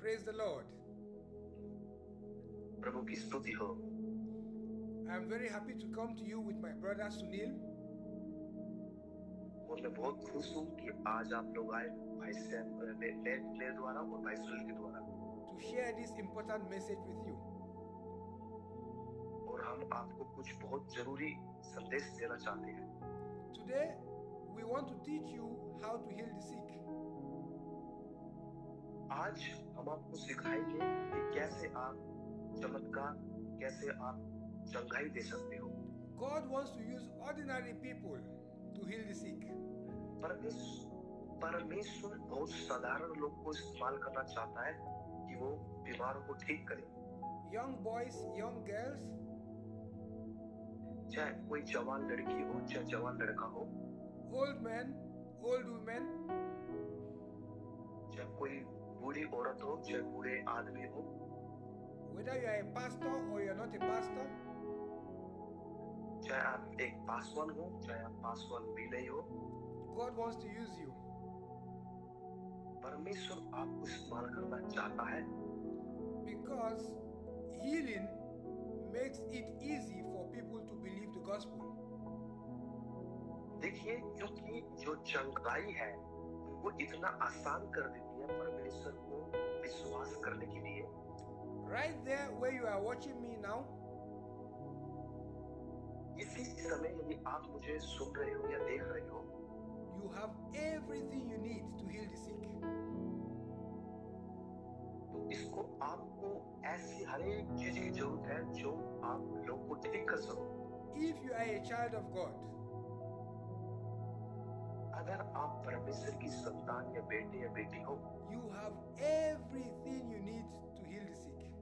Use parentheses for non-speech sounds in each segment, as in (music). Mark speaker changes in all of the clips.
Speaker 1: Praise the Lord.
Speaker 2: प्रभु की स्तुति हो
Speaker 1: I am very happy to come to you with my brother Sunil.
Speaker 2: और मैं बहुत खुश हूँ कि आज आप लोग आए भाई सैम मेरे मेरे द्वारा और भाई सुनील के द्वारा
Speaker 1: to share this important message with you.
Speaker 2: और हम आपको कुछ बहुत जरूरी संदेश देना चाहते हैं
Speaker 1: Today, we want to teach you how to heal the sick.
Speaker 2: आज हम आपको सिखाएंगे कि कैसे आप चमत्कार कैसे आप चंगाई दे सकते हो
Speaker 1: God wants to use ordinary people to heal the sick.
Speaker 2: परमेश्वर परमेश्वर बहुत साधारण लोग को इस्तेमाल करना चाहता है कि वो बीमारों को ठीक करे
Speaker 1: Young boys, young girls,
Speaker 2: चाहे कोई जवान लड़की हो चाहे जवान लड़का हो
Speaker 1: old men, old women,
Speaker 2: चाहे कोई बूढ़ी औरत हो चाहे बूढ़े आदमी हो
Speaker 1: whether you are a pastor or you are not a pastor,
Speaker 2: चाहे आप एक पासवान हो चाहे आप पासवान भी नहीं हो
Speaker 1: God wants to use you.
Speaker 2: परमेश्वर आपको इस्तेमाल करना चाहता है
Speaker 1: Because healing makes it easy for people to believe the gospel.
Speaker 2: देखिए क्योंकि जो चंगाई है वो इतना आसान कर देती है परमेश्वर को विश्वास करने के लिए
Speaker 1: Right there where you are watching me now,
Speaker 2: इसी समय यदि आप मुझे सुन रहे हो या देख रहे हो
Speaker 1: you have everything you need to heal the sick.
Speaker 2: तो इसको आपको ऐसी हर एक चीज की जरूरत है जो आप लोग को ठीक कर सको
Speaker 1: If you are a child of God,
Speaker 2: अगर आप परमेश्वर की संतान या बेटे या बेटी हो
Speaker 1: you have everything you need to heal the sick.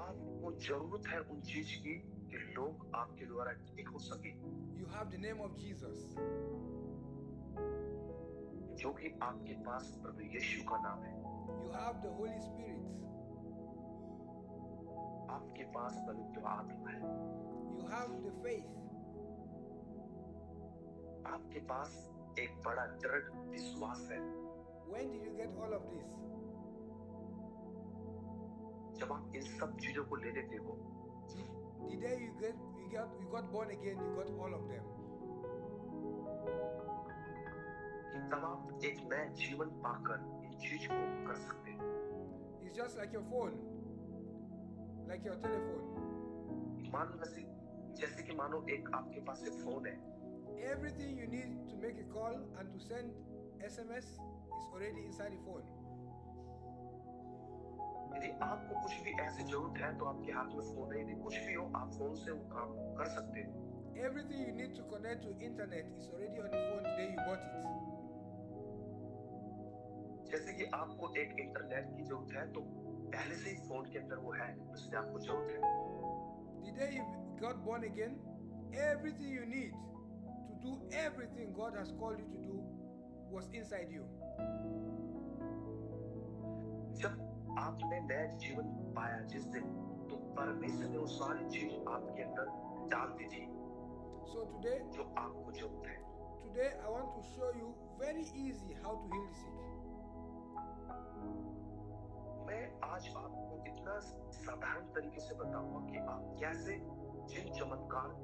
Speaker 2: आपको जरूरत है उन चीज की कि लोग आपके द्वारा ठीक हो सके
Speaker 1: You have the name of Jesus.
Speaker 2: जो कि आपके पास प्रभु यीशु का नाम है
Speaker 1: You have the Holy Spirit.
Speaker 2: आपके पास पवित्र आत्मा है
Speaker 1: You have the faith.
Speaker 2: आपके पास एक बड़ा दृढ़ विश्वास है
Speaker 1: When did you get all of this?
Speaker 2: जब आप इन सब चीजों को ले लेते हो
Speaker 1: The day you get you got you got born again, you got all of them.
Speaker 2: तब आप एक नया जीवन पाकर इन चीज को कर सकते हो
Speaker 1: It's just like your phone, like your telephone.
Speaker 2: मान जैसे जैसे कि मानो एक आपके पास एक फोन है
Speaker 1: Everything you need to make a call and to send SMS is already inside the phone.
Speaker 2: यदि आपको कुछ भी ऐसी जरूरत है तो आपके हाथ में फोन है यदि कुछ भी हो आप फोन से वो काम कर सकते हो
Speaker 1: Everything you need to connect to internet is already on the phone the day you bought it.
Speaker 2: जैसे कि आपको एक इंटरनेट की जरूरत है तो पहले से ही फोन के अंदर वो है उससे आपको जरूरत है
Speaker 1: The day you got born again, everything you need to do everything God has called you to do was inside you.
Speaker 2: जब आपने नया जीवन पाया जिस दिन तो परमेश्वर ने वो सारी चीज आपके अंदर डाल दी थी
Speaker 1: So today,
Speaker 2: जो आपको जरूरत है
Speaker 1: today I want to show you very easy how to heal the sick.
Speaker 2: मैं आज आपको इतना साधारण तरीके से बताऊंगा कि आप कैसे जिन चमत्कार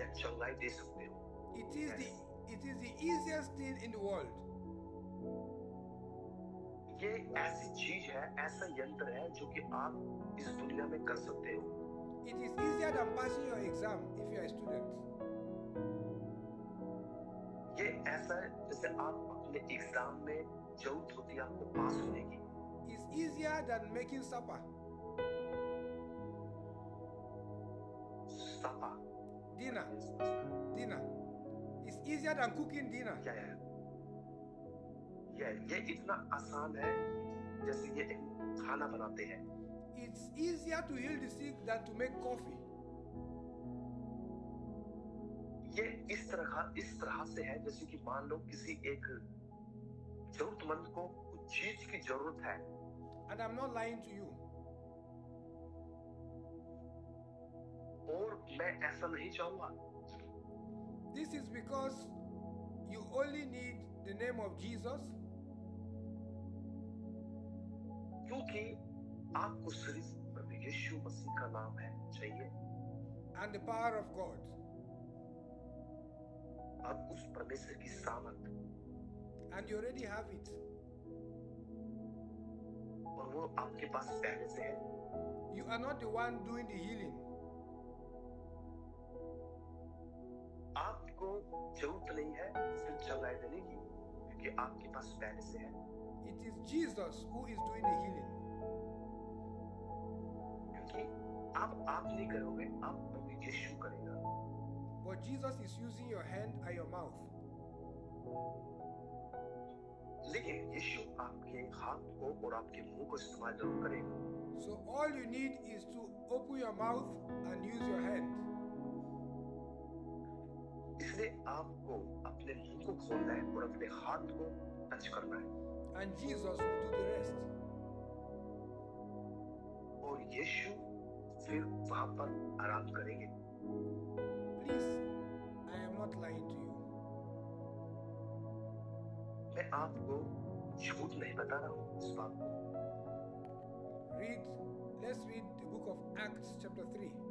Speaker 2: या चंगाई दे सकते हो
Speaker 1: It is the it is the easiest thing in the world.
Speaker 2: ये ऐसी चीज है ऐसा यंत्र है जो कि आप इस दुनिया में कर सकते हो
Speaker 1: It is easier than passing your exam if you are a student.
Speaker 2: ये ऐसा है जैसे आप अपने एग्जाम में जरूरत होती है आपको पास होने की
Speaker 1: It's easier than making supper,
Speaker 2: Sapa
Speaker 1: dinner, dinner. It's easier than cooking dinner.
Speaker 2: क्या है ये ये इतना आसान है जैसे ये एक खाना बनाते हैं
Speaker 1: It's easier to heal the sick than to make coffee.
Speaker 2: ये इस तरह इस तरह से है जैसे कि मान लो किसी एक जरूरतमंद को कुछ चीज की जरूरत है
Speaker 1: And I'm not lying to you.
Speaker 2: और मैं ऐसा नहीं चाहूंगा
Speaker 1: This is because you only need the name of Jesus,
Speaker 2: क्योंकि आपको सिर्फ प्रभु यीशु मसीह का नाम है चाहिए
Speaker 1: and the power of God.
Speaker 2: अब उस परमेश्वर की सामर्थ
Speaker 1: And you already have it.
Speaker 2: और वो आपके पास पहले से है
Speaker 1: You are not the one doing the healing.
Speaker 2: आपको जरूरत नहीं है सिर्फ चंगाई देने की क्योंकि आपके पास पहले से है
Speaker 1: It is Jesus who is doing the healing.
Speaker 2: क्योंकि आप आप नहीं करोगे आप प्रभु यीशु करेगा
Speaker 1: But Jesus is using your hand and your mouth.
Speaker 2: लेकिन यीशु आपके हाथ को और आपके मुंह को इस्तेमाल जरूर करेगा
Speaker 1: So all you need is to open your mouth and use your hand.
Speaker 2: इसलिए आपको अपने मुंह को खोलना है और अपने हाथ को टच करना है
Speaker 1: And Jesus will do the rest.
Speaker 2: और यीशु फिर वहां पर आराम करेंगे
Speaker 1: Please, I am not lying to you.
Speaker 2: मैं आपको झूठ नहीं बता रहा हूँ इस बात को
Speaker 1: Read, let's read the book of Acts, chapter 3.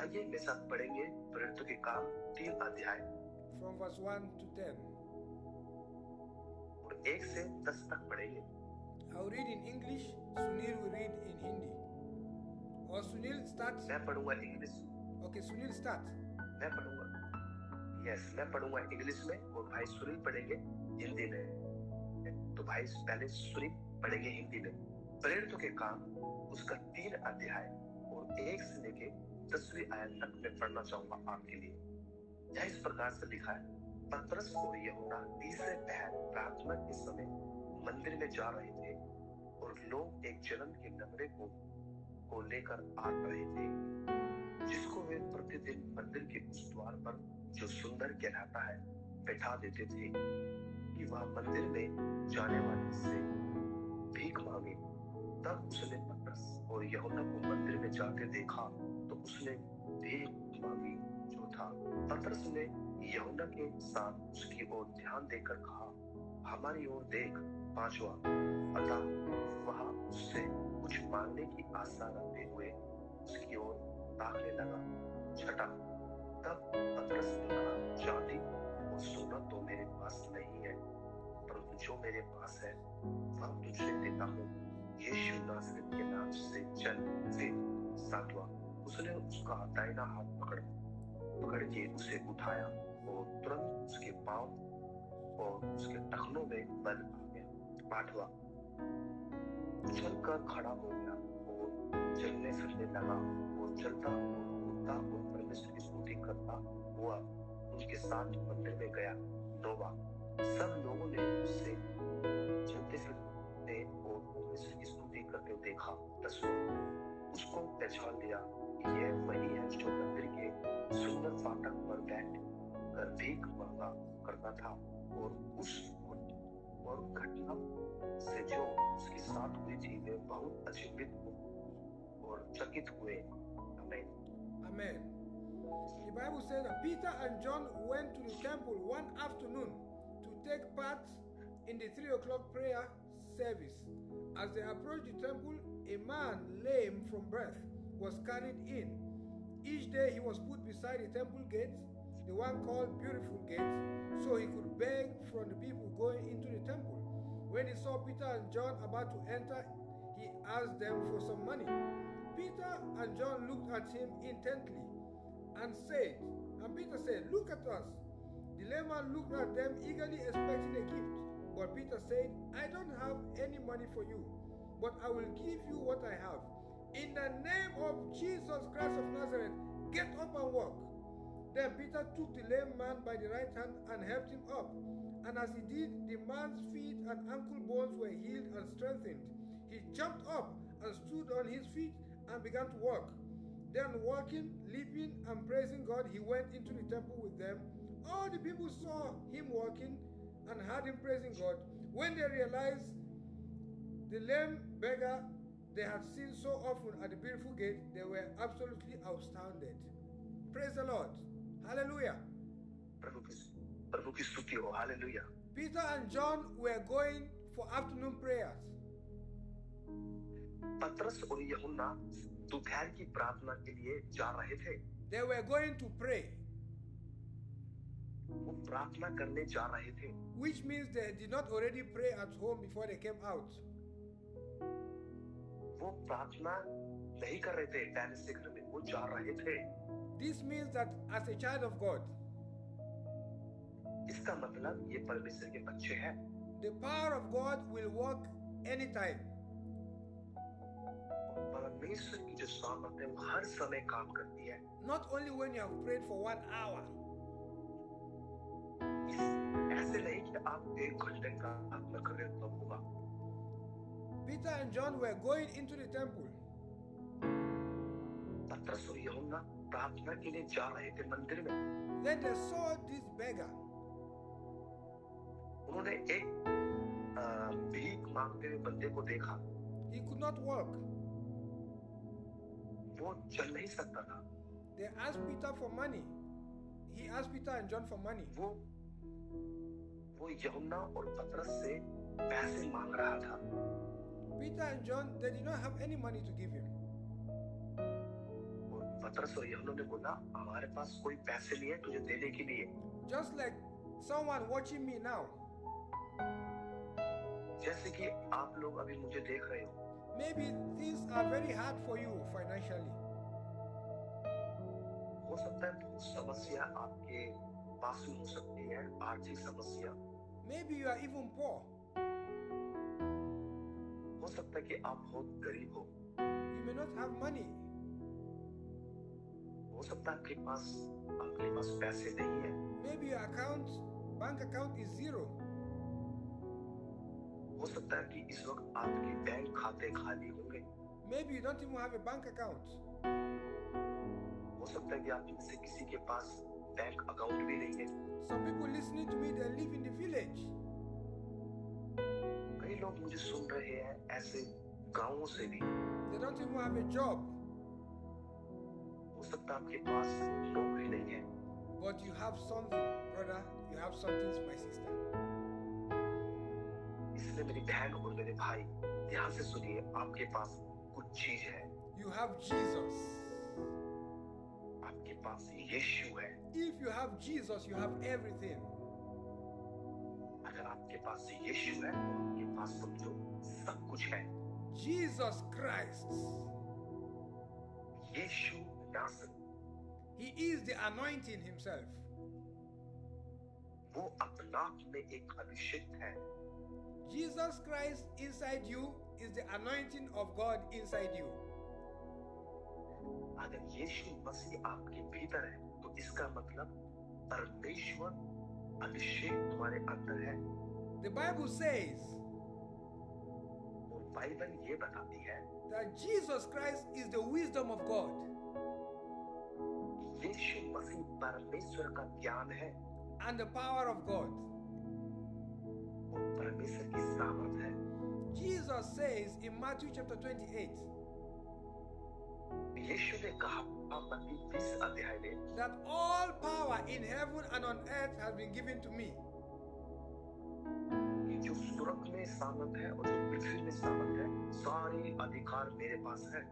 Speaker 2: आइए मेरे साथ पढ़ेंगे प्रेरितों के काम तीन अध्याय
Speaker 1: from verse 1 to 10.
Speaker 2: और एक से दस तक पढ़ेंगे
Speaker 1: I'll read in English, Sunil will read in Hindi. Or Sunil starts.
Speaker 2: मैं पढ़ूंगा इंग्लिश
Speaker 1: Okay, Sunil start.
Speaker 2: मैं पढ़ूंगा यस मैं पढ़ूंगा इंग्लिश में और भाई सुनील पढ़ेंगे हिंदी में तो भाई पहले सुनील पढ़ेंगे हिंदी में प्रेरित के काम उसका तीन अध्याय और एक से लेके दसवीं आयत तक मैं पढ़ना चाहूंगा आपके लिए यह इस प्रकार से लिखा है पतरस और यमुना तीसरे पहर प्रार्थना के समय मंदिर में जा रहे थे और लोग एक जन्म के नगरे को को लेकर आ रहे थे जिसको वे प्रतिदिन मंदिर के उस द्वार पर जो सुंदर कहलाता है बैठा देते थे कि वह मंदिर में जाने वाले से भीख मांगे तब उसने पतरस और यहुना को मंदिर में जाते देखा तो उसने भीख मांगी जो था पतरस ने यहुना के साथ उसकी ओर ध्यान देकर कहा हमारी ओर देख पांचवा अतः वह उससे कुछ मांगने की आशा रखते हुए उसकी ओर ताकने लगा छठा तब पतरस ने कहा चांदी और सोना तो मेरे पास नहीं है परंतु जो मेरे पास है वह तुझे देता हूँ यीशु नासरत के नाम से चल फिर सातवा उसने उसका दाहिना हाथ पकड़ पकड़ के उसे उठाया और तुरंत उसके पांव और उसके टखनों में बल आ गया आठवा उछल कर खड़ा हो गया और चलने फिरने लगा और चलता और कूदता और परमेश्वर की स्तुति करता हुआ उनके साथ मंदिर में गया नोवा सब लोगों ने उसे चलते फिरते और परमेश्वर की स्तुति करते हुए देखा दसवा उसको पहचान लिया कि यह वही है जो मंदिर के सुंदर फाटक पर बैठ कर भीख मांगा करता था और उस और घटना से जो उसके साथ हुई थी वे बहुत अचंभित हुए और चकित हुए हमें
Speaker 1: Amen. The Bible says that Peter and John went to the temple one afternoon to take part in the three o'clock prayer service. As they approached the temple, a man lame from birth was carried in. Each day he was put beside the temple gate, the one called Beautiful Gate, so he could beg from the people going into the temple. When he saw Peter and John about to enter, he asked them for some money. Peter and John looked at him intently and said, and Peter said, Look at us. The layman looked at them eagerly expecting a gift. But Peter said, I don't have any money for you, but I will give you what I have. In the name of Jesus Christ of Nazareth, get up and walk. Then Peter took the lame man by the right hand and helped him up. And as he did, the man's feet and ankle bones were healed and strengthened. He jumped up and stood on his feet and began to walk. Then, walking, leaping, and praising God, he went into the temple with them. All the people saw him walking and heard him praising God. When they realized the lame beggar they had seen so often at the beautiful gate, they were absolutely astounded. Praise the Lord. Hallelujah.
Speaker 2: प्रभु की प्रभु की स्तुति हो hallelujah
Speaker 1: Peter and John were going for afternoon prayers.
Speaker 2: पतरस और यूहन्ना दोपहर की प्रार्थना के लिए जा रहे थे
Speaker 1: They were going to pray,
Speaker 2: वो प्रार्थना करने जा रहे थे
Speaker 1: which means they did not already pray at home before they came out.
Speaker 2: वो प्रार्थना नहीं कर रहे थे टेरेस के घर में वो जा रहे थे
Speaker 1: This means that as a child of God,
Speaker 2: इसका मतलब ये परमेश्वर के बच्चे हैं
Speaker 1: the power of God will work anytime.
Speaker 2: और परमेश्वर की जो सामर्थ है वो हर समय काम करती है
Speaker 1: Not only when you have prayed for one hour,
Speaker 2: इस ऐसे नहीं कि आप एक घंटे का प्रार्थना कर रहे हो तब होगा
Speaker 1: Peter and John were going into the temple.
Speaker 2: पतरस और यूहन्ना प्रार्थना के लिए जा रहे थे मंदिर में
Speaker 1: Then they saw this beggar
Speaker 2: उन्होंने एक अ, भीख मांगते हुए बंदे को देखा
Speaker 1: He could not walk.
Speaker 2: वो चल नहीं सकता था
Speaker 1: They asked Peter for money. He asked Peter and John for money.
Speaker 2: वो वो यमुना और पतरस से पैसे मांग रहा था
Speaker 1: Peter and John, they did not have any money to give him.
Speaker 2: और पतरस और यमुना ने बोला हमारे पास कोई पैसे नहीं है तुझे देने के लिए
Speaker 1: Just like someone watching me now.
Speaker 2: जैसे कि आप लोग अभी मुझे देख रहे हो
Speaker 1: Maybe things are very hard for you financially.
Speaker 2: हो सकता है कुछ समस्या आपके पास में हो सकती है आर्थिक समस्या
Speaker 1: Maybe you are even poor.
Speaker 2: हो सकता है कि आप बहुत गरीब हो
Speaker 1: You may not have money.
Speaker 2: हो सकता है आपके पास आपके पास पैसे नहीं है
Speaker 1: Maybe your account, bank account is zero.
Speaker 2: हो सकता है कि इस वक्त आपके बैंक खाते खाली होंगे
Speaker 1: Maybe you don't even have a bank account.
Speaker 2: हो सकता है कि आप में से किसी के पास बैंक अकाउंट भी नहीं है
Speaker 1: Some people listening to me, they live in the village.
Speaker 2: कई लोग मुझे सुन रहे हैं ऐसे गांवों से भी
Speaker 1: They don't even have a job,
Speaker 2: हो सकता है आपके पास नौकरी नहीं है
Speaker 1: but you have something, brother. You have something, my sister.
Speaker 2: इसलिए मेरी बहन और मेरे भाई ध्यान से सुनिए आपके पास कुछ चीज है
Speaker 1: You have Jesus.
Speaker 2: आपके पास यीशु है
Speaker 1: If you have Jesus, you have everything.
Speaker 2: अगर आपके पास यीशु है तो आपके पास समझो सब कुछ है
Speaker 1: Jesus Christ.
Speaker 2: Yeshu Nasser
Speaker 1: He is the anointing himself.
Speaker 2: वो अपना आप में एक अभिषिक्त है
Speaker 1: Jesus Christ inside you is the anointing of God inside you.
Speaker 2: अगर यीशु मसीह आपके भीतर है तो इसका मतलब परमेश्वर अभिषेक तुम्हारे अंदर है
Speaker 1: The Bible says
Speaker 2: और बाइबल ये बताती है
Speaker 1: that Jesus Christ is the wisdom of God.
Speaker 2: यीशु मसीह परमेश्वर का ज्ञान है
Speaker 1: and the power of God.
Speaker 2: और परमेश्वर की सामर्थ है
Speaker 1: Jesus says in Matthew chapter 28
Speaker 2: यीशु ने कहा मत्ती 20 अध्याय में
Speaker 1: that all power in heaven and on earth has been given to me.
Speaker 2: कि जो स्वर्ग में सामर्थ है और जो पृथ्वी में सामर्थ है सारे अधिकार मेरे पास है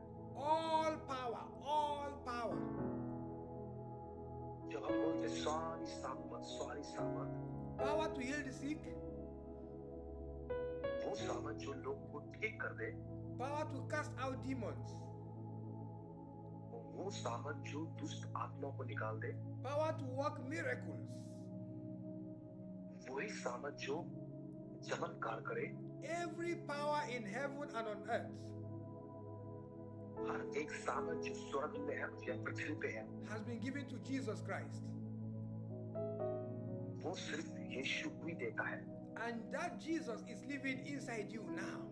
Speaker 1: All power, all power.
Speaker 2: जब हम बोलते हैं, सारी सामर्थ सारी सामर्थ
Speaker 1: Power to heal the sick,
Speaker 2: वो सामर्थ जो लोग को ठीक कर दे
Speaker 1: power to cast out demons,
Speaker 2: और वो सामर्थ जो दुष्ट आत्मा को निकाल दे
Speaker 1: power to work miracles,
Speaker 2: वही सामर्थ जो चमत्कार करे
Speaker 1: every power in heaven and on earth
Speaker 2: हर एक सामर्थ जो स्वर्ग में है या पृथ्वी पे है
Speaker 1: has been given to Jesus Christ.
Speaker 2: वो सिर्फ यीशु को ही देता है
Speaker 1: And that Jesus is living inside you now.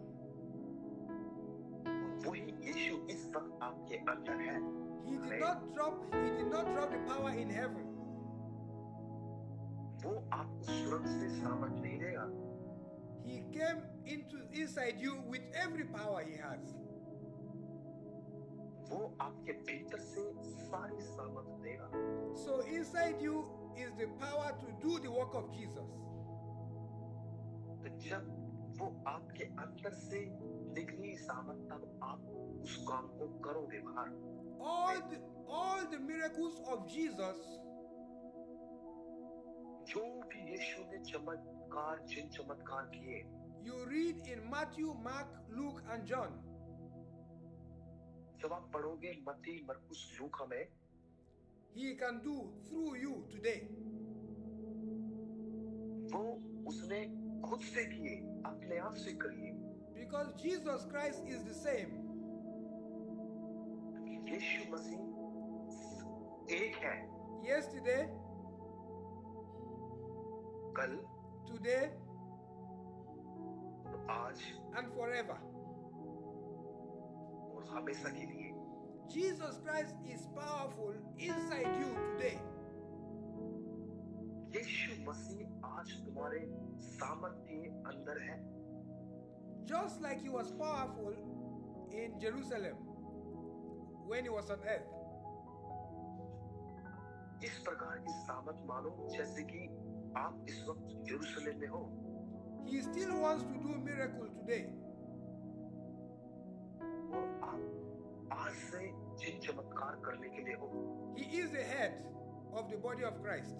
Speaker 2: वही यीशु इस वक्त आपके अंदर है
Speaker 1: He did not drop, he did not drop the power in heaven.
Speaker 2: वो आपको स्वर्ग से सामर्थ नहीं देगा
Speaker 1: He came into inside you with every power he has.
Speaker 2: वो आपके भीतर से सारी सामर्थ देगा
Speaker 1: So inside you is the power to do the work of Jesus.
Speaker 2: तो जब वो आपके अंदर से दिख रही सामर्थ तब आप उस काम को करोगे बाहर
Speaker 1: All the, all the miracles of Jesus
Speaker 2: जो भी यीशु ने चमत्कार जिन चमत्कार किए
Speaker 1: you read in Matthew, Mark, Luke, and John,
Speaker 2: जब आप पढ़ोगे मती मरकुस लूका में
Speaker 1: He can do through you today.
Speaker 2: वो उसने खुद से किए अपने आप से करिए
Speaker 1: Because Jesus Christ is the same.
Speaker 2: यीशु मसीह एक है
Speaker 1: Yesterday,
Speaker 2: कल
Speaker 1: today,
Speaker 2: आज
Speaker 1: and forever.
Speaker 2: और हमेशा के लिए
Speaker 1: Jesus Christ is powerful inside you today.
Speaker 2: यीशु मसीह आज तुम्हारे सामर्थ्य के अंदर है
Speaker 1: Just like he was powerful in Jerusalem when he was on earth.
Speaker 2: इस प्रकार की सामर्थ मानो जैसे कि आप इस वक्त यरूशलेम में हो
Speaker 1: He still wants to do miracle today.
Speaker 2: और आप आज से जिन चमत्कार करने के लिए हो
Speaker 1: He is the head of the body of Christ.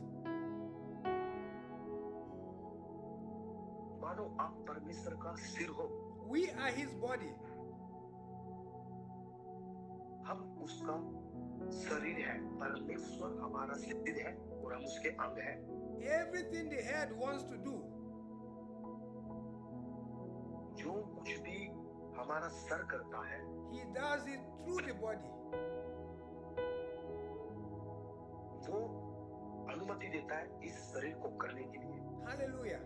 Speaker 2: मानो आप परमेश्वर का सिर हो
Speaker 1: We are his body.
Speaker 2: हम उसका शरीर है परमेश्वर हमारा सिर है और हम उसके अंग है
Speaker 1: Everything the head wants to do,
Speaker 2: जो कुछ भी हमारा सर करता है
Speaker 1: he does it through the body.
Speaker 2: वो अनुमति देता है इस शरीर को करने के लिए
Speaker 1: Hallelujah.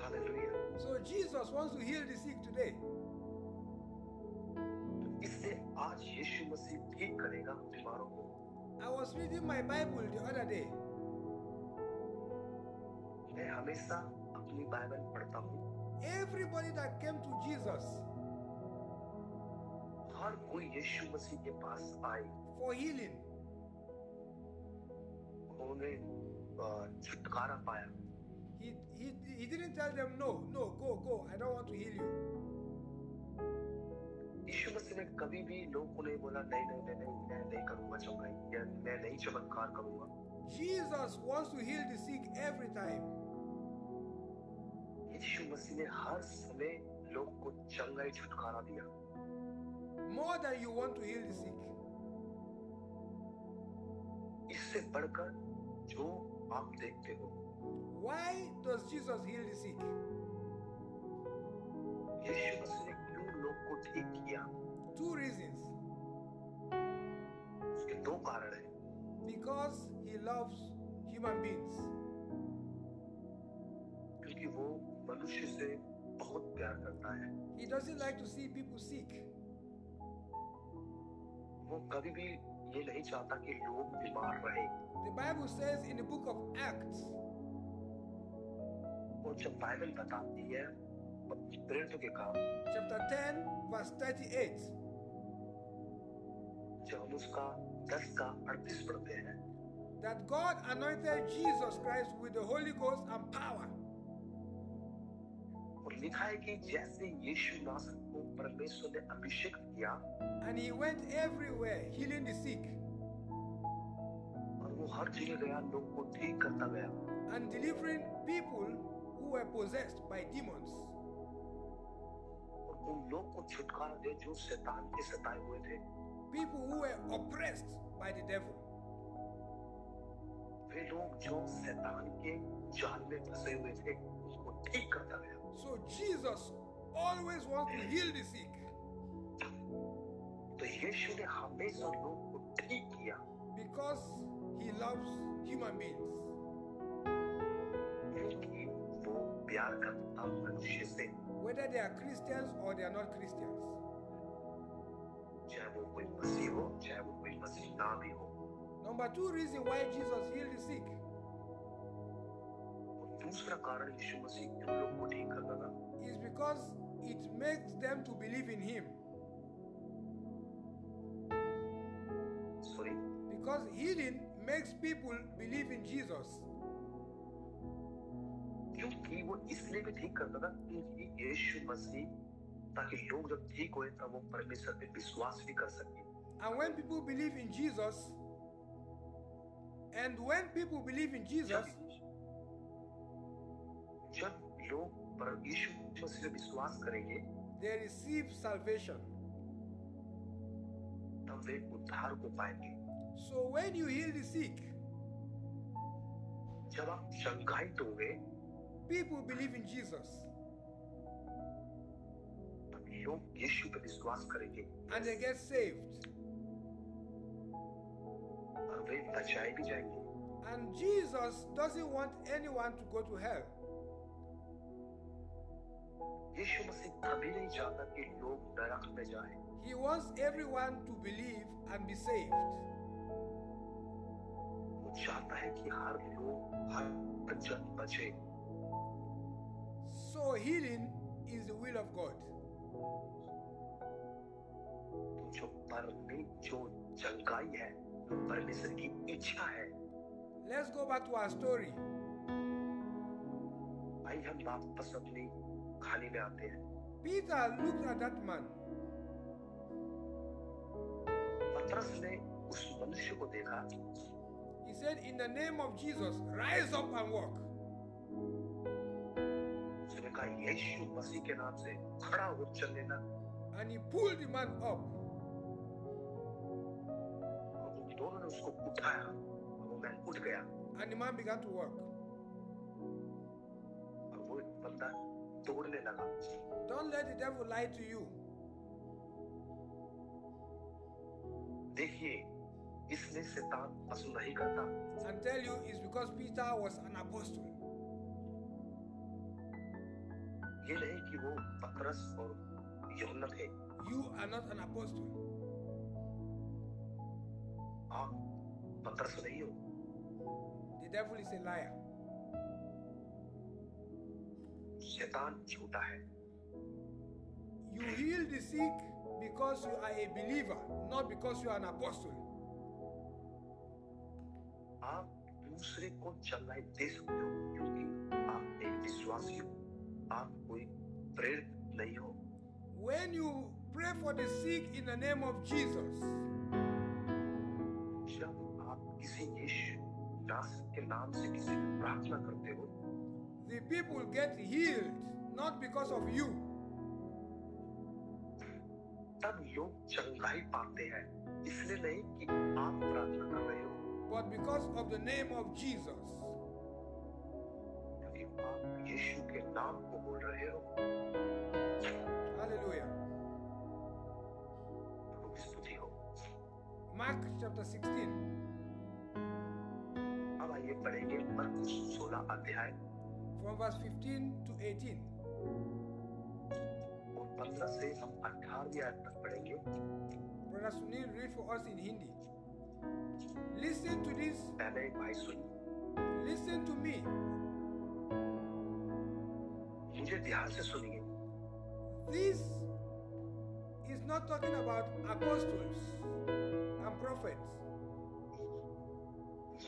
Speaker 2: Hallelujah
Speaker 1: So Jesus wants to heal the sick today.
Speaker 2: तो इससे आज यीशु मसीह ठीक करेगा बीमारों को
Speaker 1: I was reading my Bible the other day.
Speaker 2: मैं हमेशा अपनी बाइबल पढ़ता हूँ
Speaker 1: Everybody that came to Jesus
Speaker 2: हर कोई यीशु मसीह के पास आए
Speaker 1: for healing,
Speaker 2: उन्होंने अ, छुटकारा पाया
Speaker 1: he, he, he didn't tell them, no, no, go, go, I don't want to heal you.
Speaker 2: यीशु मसीह ने कभी भी लोगों को नहीं बोला नहीं नहीं नहीं नहीं मैं नहीं करूंगा चमकाई या मैं नहीं चमत्कार करूंगा
Speaker 1: Jesus wants to heal the sick every time.
Speaker 2: यीशु मसीह ने हर समय लोग को चंगाई छुटकारा दिया
Speaker 1: More than you want to heal the sick.
Speaker 2: इससे बढ़कर जो आप देखते हो
Speaker 1: Why does Jesus heal the sick?
Speaker 2: यीशु मसीह ने क्यों लोग को ठीक किया
Speaker 1: Two reasons.
Speaker 2: उसके दो कारण है
Speaker 1: Because he loves human beings.
Speaker 2: क्योंकि वो मनुष्य से बहुत प्यार करता है
Speaker 1: He doesn't like to see people sick.
Speaker 2: वो कभी भी ये नहीं चाहता कि लोग बीमार रहे
Speaker 1: The Bible says in the book of Acts
Speaker 2: और जब बाइबल बताती है प्रेरित के काम
Speaker 1: chapter 10, verse 38.
Speaker 2: जब हम उसका दस का अड़तीस पढ़ते हैं
Speaker 1: That God anointed Jesus Christ with the Holy Ghost and power.
Speaker 2: और लिखा है कि जैसे यीशु नासर को परमेश्वर ने अभिषेक किया
Speaker 1: And he went everywhere healing the sick
Speaker 2: और वो हर जगह गया लोग को ठीक करता गया
Speaker 1: and delivering people who were possessed by demons.
Speaker 2: और उन लोग को छुटकारा दे जो शैतान के सताए हुए थे
Speaker 1: People who were oppressed by the devil.
Speaker 2: वे लोग जो शैतान के जाल में फंसे हुए थे उसको ठीक करता गया
Speaker 1: So Jesus always wants to heal the sick.
Speaker 2: तो यीशु ने हमेशा लोग को ठीक किया
Speaker 1: because he loves human beings.
Speaker 2: क्योंकि वो प्यार करता मनुष्य से
Speaker 1: Whether they are Christians or they are not Christians,
Speaker 2: चाहे वो कोई मसीह हो चाहे वो कोई मसीह ना भी हो
Speaker 1: number two reason why Jesus healed the sick
Speaker 2: और दूसरा कारण यीशु मसीह क्यों लोग को ठीक करता था
Speaker 1: is because it makes them to believe in Him,
Speaker 2: sorry
Speaker 1: because healing makes people believe in Jesus.
Speaker 2: क्योंकि वो इसलिए भी ठीक करता था क्योंकि यीशु मसीह ताकि लोग जब ठीक हुए तब वो परमेश्वर पे विश्वास भी कर सके
Speaker 1: And when people believe in Jesus, and when people believe in Jesus,
Speaker 2: जब जब लोग पर यीशु मसीह पे विश्वास करेंगे
Speaker 1: they receive salvation.
Speaker 2: तब वे उद्धार को पाएंगे
Speaker 1: So when you heal the sick,
Speaker 2: जब आप शंकाहित होंगे
Speaker 1: people believe in Jesus
Speaker 2: तब लोग यीशु पे विश्वास करेंगे
Speaker 1: and they get saved.
Speaker 2: और वे बचाए भी जाएंगे
Speaker 1: And Jesus doesn't want anyone to go to hell.
Speaker 2: यीशु मसीह कभी नहीं चाहता कि लोग नरक में जाएं
Speaker 1: He wants everyone to believe and be saved.
Speaker 2: वो चाहता है कि हर लोग हर जन बचे
Speaker 1: So healing is the will of God.
Speaker 2: तो जो परमे जो जंगाई है वो परमेश्वर की इच्छा है
Speaker 1: Let's go back to our story.
Speaker 2: भाई हम वापस अपनी खाली में आते हैं
Speaker 1: Peter looked at that man
Speaker 2: पतरस ने उस मनुष्य को देखा
Speaker 1: He said, In the name of Jesus, rise up and walk.
Speaker 2: उसने कहा यीशु मसीह के नाम से खड़ा हो चल लेना
Speaker 1: And he pulled the man up.
Speaker 2: और उन दोनों ने उसको उठाया और वो मैन उठ गया
Speaker 1: And the man began to walk.
Speaker 2: और वो एक बंदा दौड़ने लगा
Speaker 1: Don't let the devil lie to you.
Speaker 2: देखिए इसलिए शैतान पसंद नहीं करता
Speaker 1: And tell you it's because Peter was an apostle.
Speaker 2: ये नहीं कि वो पतरस और यूहन्ना थे
Speaker 1: You are not an apostle.
Speaker 2: आप हाँ, पतरस नहीं हो
Speaker 1: The devil is a liar.
Speaker 2: शैतान झूठा है
Speaker 1: You heal the sick because you are a believer, not because you are an apostle.
Speaker 2: आप दूसरे को चलना दे सकते हो क्योंकि आप एक विश्वासी हो आप कोई प्रेरित नहीं हो
Speaker 1: When you pray for the sick in the name of Jesus,
Speaker 2: जब आप किसी यीशु दास के नाम से किसी की प्रार्थना करते हो
Speaker 1: the people get healed, not because of you.
Speaker 2: तब लोग चंगाई पाते हैं इसलिए नहीं कि आप प्रार्थना कर रहे हो
Speaker 1: but because of the name of Jesus.
Speaker 2: क्योंकि आप यीशु के नाम को बोल रहे हो
Speaker 1: Hallelujah.
Speaker 2: प्रभु की स्तुति हो
Speaker 1: Mark chapter 16,
Speaker 2: अब आइए पढ़ेंगे मरकुस 16 अध्याय
Speaker 1: from verse 15 to 18.
Speaker 2: और 15 से हम 18 आयत तक पढ़ेंगे
Speaker 1: Brother Sunil, read for us in Hindi. Listen to this,
Speaker 2: पहले भाई सुनिए
Speaker 1: listen to me.
Speaker 2: मुझे ध्यान से सुनिए
Speaker 1: This is not talking about apostles and prophets.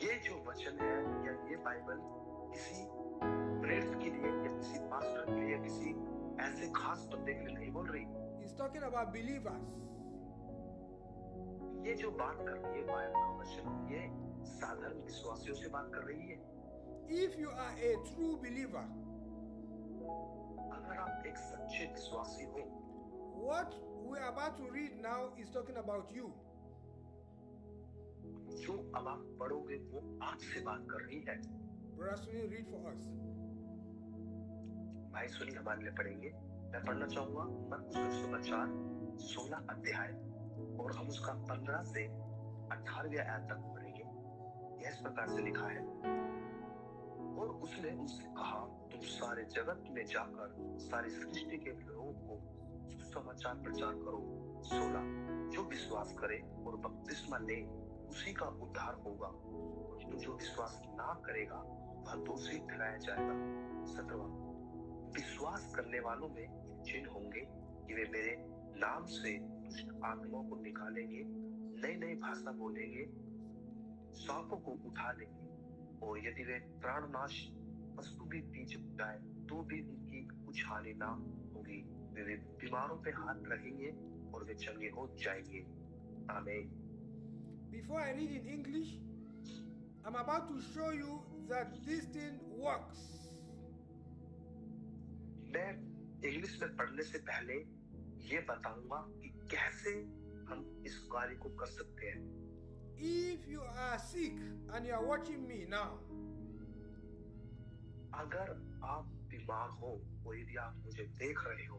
Speaker 2: ये जो वचन है या ये बाइबल किसी प्रेरित के लिए या किसी पास्टर के लिए या किसी ऐसे खास बंदे के लिए नहीं बोल रही
Speaker 1: It's talking about believers.
Speaker 2: ये जो बात कर रही है बाइबल का वचन ये साधारण विश्वासियों से बात कर रही है
Speaker 1: If you are a true believer,
Speaker 2: अगर आप एक सच्चे विश्वासी हो
Speaker 1: what we're about to read now is talking about you.
Speaker 2: जो अब आप पढ़ोगे वो आपसे बात कर रही है
Speaker 1: Brother Sunil, read for us.
Speaker 2: भाई सुनिए हमारे लिए पढ़ेंगे मैं पढ़ना चाहूंगा मरकुस सुमाचार 16 अध्याय और हम उसका 15 से 18वें आयत तक पढ़ेंगे यह इस प्रकार से लिखा है और उसने उनसे कहा तुम सारे जगत में जाकर सारी सृष्टि के लोगों को सुसमाचार प्रचार करो 16 जो विश्वास करे और बपतिस्मा ले उसी का उद्धार होगा किंतु जो विश्वास ना करेगा वह दोषी ठहराया जाएगा 17 विश्वास करने वालों में चिन्ह होंगे कि वे मेरे नाम से दुष्ट आत्माओं को निकालेंगे नई नई भाषा बोलेंगे सांपों को उठा लेंगे और यदि वे प्राणनाश वस्तु भी पी जाए तो भी उनकी कुछ हानि ना होगी वे वे बीमारों पे हाथ रखेंगे और वे चंगे हो जाएंगे आमीन
Speaker 1: Before I read in English, I'm about to show you that this thing works.
Speaker 2: मैं इंग्लिश में पढ़ने से पहले ये बताऊंगा कि कैसे हम इस कार्य को कर सकते हैं
Speaker 1: If you are sick and you are watching me now,
Speaker 2: अगर आप बीमार हो और यदि आप मुझे देख रहे हो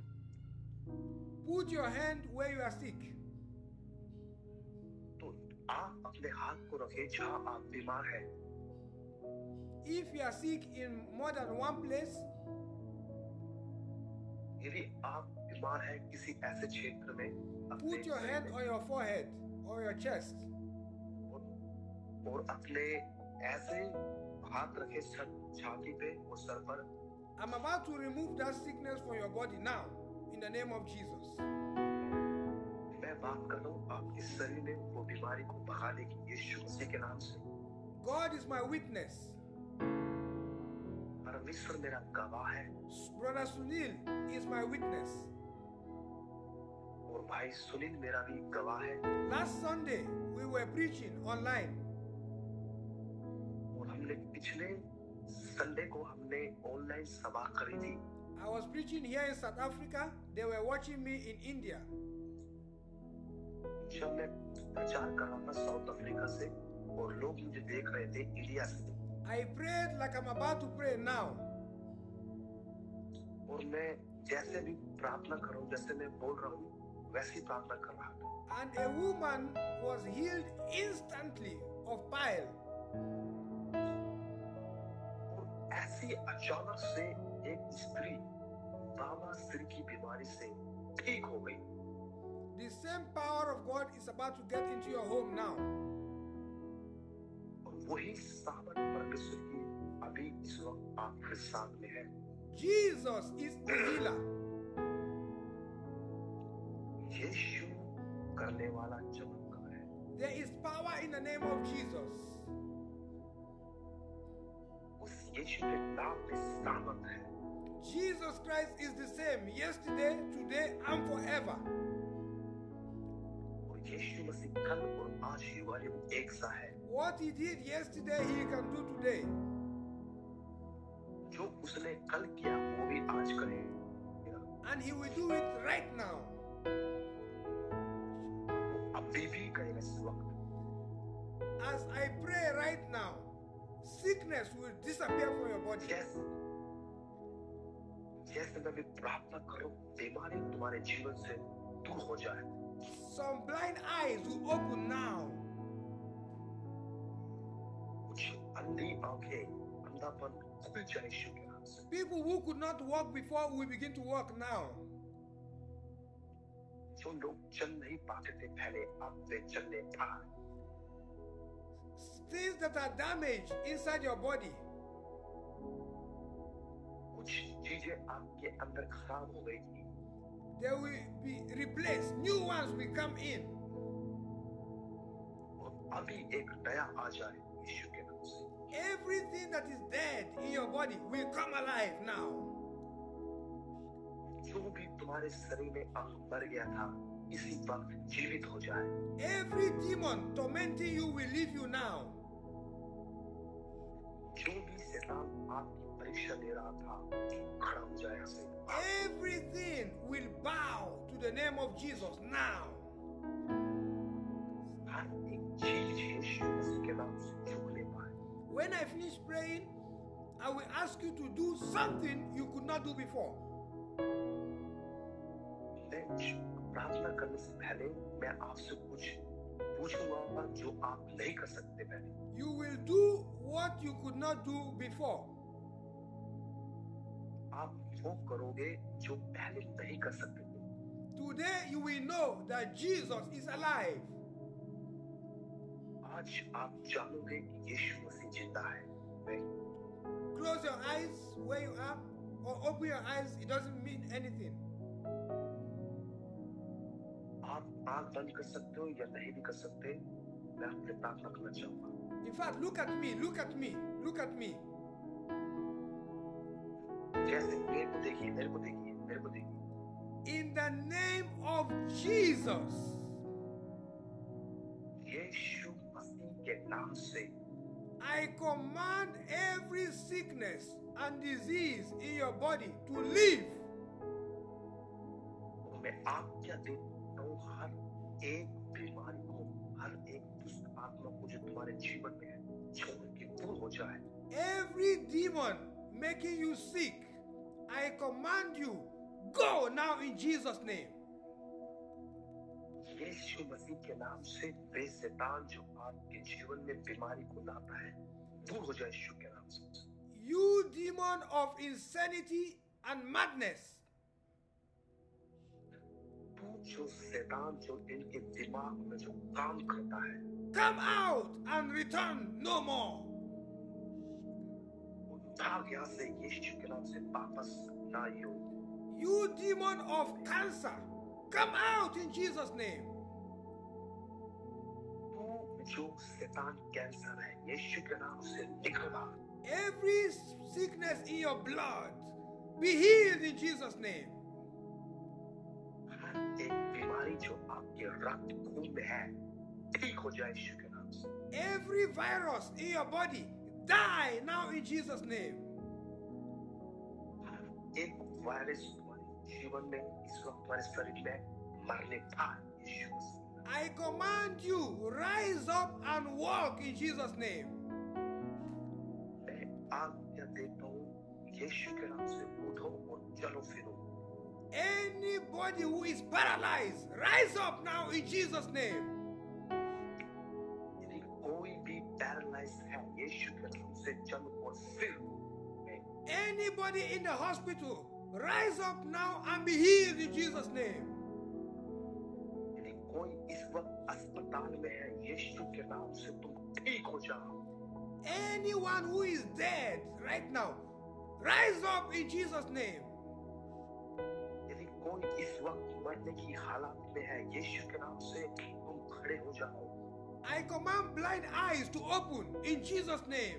Speaker 1: put your hand where you are sick.
Speaker 2: तो आप अपने हाथ को रखें जहाँ आप बीमार हैं
Speaker 1: If you are sick in more than one place,
Speaker 2: यदि आप बीमार हैं किसी ऐसे क्षेत्र में अपने
Speaker 1: put your hand on your forehead or your chest.
Speaker 2: और अपने ऐसे हाथ रखे छ- छाती पे और सर पर
Speaker 1: I'm about to remove that sickness from your body now in the name of Jesus.
Speaker 2: मैं बात कर रहा हूँ आपके शरीर में वो बीमारी को भगाने की यीशु मसीह के नाम से
Speaker 1: God is my witness.
Speaker 2: परमेश्वर मेरा गवाह है
Speaker 1: Brother Sunil is my witness.
Speaker 2: और भाई सुनील मेरा भी गवाह है
Speaker 1: Last Sunday, we were preaching online.
Speaker 2: और हमने पिछले संडे को हमने ऑनलाइन सभा करी थी
Speaker 1: I was preaching here in South Africa. They were watching me in India.
Speaker 2: जब मैं प्रचार कर रहा था साउथ अफ्रीका से और लोग मुझे देख रहे थे इंडिया से
Speaker 1: I prayed like I'm about to pray now.
Speaker 2: और मैं जैसे भी प्रार्थना कर रहा हूँ जैसे मैं बोल रहा हूँ वैसी प्रार्थना कर रहा था
Speaker 1: And a woman was healed instantly of bile.
Speaker 2: और ऐसी अचानक से एक स्त्री बाबा सिर की बीमारी से ठीक हो गई
Speaker 1: The same power of God is about to get into your home now.
Speaker 2: और वही सामर्थ परमेश्वर की अभी इस वक्त आपके सामने है
Speaker 1: Jesus is the healer.
Speaker 2: यीशु करने वाला चमत्कार है
Speaker 1: There is power in the name of Jesus.
Speaker 2: उस यीशु के नाम में सामर्थ है
Speaker 1: Jesus Christ is the same yesterday, today, and forever.
Speaker 2: और यीशु मसीह कल और आज युवा एक सा है
Speaker 1: What he did yesterday, he can do today.
Speaker 2: जो उसने कल किया वो भी आज करेगा
Speaker 1: And he will do it right now.
Speaker 2: वो अभी भी करेगा इस वक्त
Speaker 1: As I pray right now, sickness will disappear from your body.
Speaker 2: जैसे जैसे मैं भी प्रार्थना करो बीमारी तुम्हारे जीवन से दूर हो जाए
Speaker 1: Some blind eyes will open now.
Speaker 2: कुछ अंधी आंखें अंधापन खुल जाए यीशु के नाम से
Speaker 1: People who could not walk before will begin to walk now.
Speaker 2: जो लोग चल नहीं पाते थे पहले अब वे चलने पाए
Speaker 1: Things that are damaged inside your body,
Speaker 2: कुछ चीजें आपके अंदर खराब हो गई थी
Speaker 1: they will be replaced. New ones will come in.
Speaker 2: और अभी एक नया आ जाए यीशु के नाम से
Speaker 1: Everything that is dead in your body will come alive now.
Speaker 2: जो भी तुम्हारे शरीर में अंग मर गया था इसी वक्त जीवित हो जाए
Speaker 1: Every demon tormenting you will leave you now.
Speaker 2: जो भी शैतान आपकी परीक्षा ले रहा था खड़ा हो जाए यहाँ से
Speaker 1: Everything will bow to the name of Jesus now.
Speaker 2: हर एक चीज यीशु मसीह के नाम से झुकने पाए
Speaker 1: When I finish praying, I will ask you to do something you could not do before.
Speaker 2: मैं ज- प्रार्थना करने से पहले मैं आपसे कुछ पूछूंगा जो आप नहीं कर सकते पहले
Speaker 1: You will do what you could not do before.
Speaker 2: आप वो करोगे जो पहले नहीं कर सकते थे
Speaker 1: Today, you will know that Jesus is alive.
Speaker 2: आज आप जानोगे कि यीशु मसीह जिंदा है मैं
Speaker 1: Close your eyes where you are, or open your eyes, it doesn't mean anything.
Speaker 2: आप आंख बंद कर सकते हो या नहीं भी कर सकते मैं आपसे प्रार्थना करना चाहूंगा
Speaker 1: In fact, look at me, look at me, look at me.
Speaker 2: कैसे मेरे को देखिए मेरे को देखिए मेरे को देखिए
Speaker 1: In the name of Jesus,
Speaker 2: यीशु मसीह के नाम से
Speaker 1: I command every sickness and disease in your body to leave.
Speaker 2: मैं आज्ञा देता हूँ हर एक बीमारी को हर एक दुष्ट आत्मा को जो तुम्हारे जीवन में है छोड़ के दूर हो जाए
Speaker 1: Every demon making you sick, I command you, go now in Jesus' name.
Speaker 2: यीशु मसीह के नाम से वे शैतान जो आपके जीवन में बीमारी को लाता है दूर हो जाए यीशु के नाम से
Speaker 1: You demon of insanity and madness,
Speaker 2: तू जो शैतान जो इनके दिमाग में जो काम करता है
Speaker 1: come out and return no more.
Speaker 2: वो भाग यहाँ से यीशु के नाम से वापस ना ही हो
Speaker 1: You demon of cancer, come out in Jesus' name.
Speaker 2: तू जो शैतान कैंसर है यीशु के नाम से निकल भाग
Speaker 1: Every sickness in your blood, be healed in Jesus' name.
Speaker 2: हर एक बीमारी जो आपके रक्त खून में है ठीक हो जाए यीशु के नाम से
Speaker 1: Every virus in your body, die now in Jesus' name.
Speaker 2: हर एक वायरस तुम्हारे जीवन में इस वक्त तुम्हारे शरीर में मरने का यीशु मसीह।
Speaker 1: I command you, rise up and walk in Jesus' name.
Speaker 2: मैं आज्ञा देता हूँ यीशु के नाम से उठो और चलो फिरो
Speaker 1: Anybody who is paralyzed, rise up now in Jesus' name.
Speaker 2: यदि कोई भी पैरालाइज है यीशु के नाम से चलो और फिरो मैं
Speaker 1: Anybody in the hospital, rise up now and be healed in Jesus' name.
Speaker 2: यदि कोई इस वक्त अस्पताल में है यीशु के नाम से तुम ठीक हो जाओ
Speaker 1: Anyone who is dead right now, rise up in Jesus' name.
Speaker 2: यदि कोई इस वक्त मरने की हालत में है यीशु के नाम से तुम खड़े हो जाओ
Speaker 1: I command blind eyes to open in Jesus' name.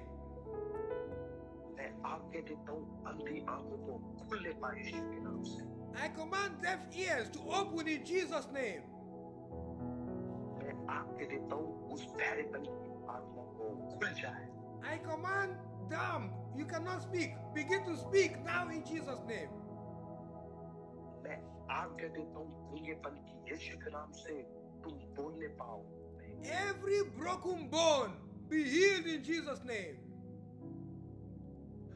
Speaker 2: मैं आगे देता हूँ अंधी आंखों को खुलने पा यीशु के नाम से
Speaker 1: I command deaf ears to open in Jesus' name.
Speaker 2: मैं आगे देता हूँ उस पहरेपन की आत्मा को खुल जाए
Speaker 1: I command dumb, you cannot speak. Begin to speak now in Jesus' name.
Speaker 2: मैं आगे देता हूँ गूंगेपन की यीशु के नाम से तुम बोलने पाओ मैं
Speaker 1: Every broken bone be healed in Jesus' name.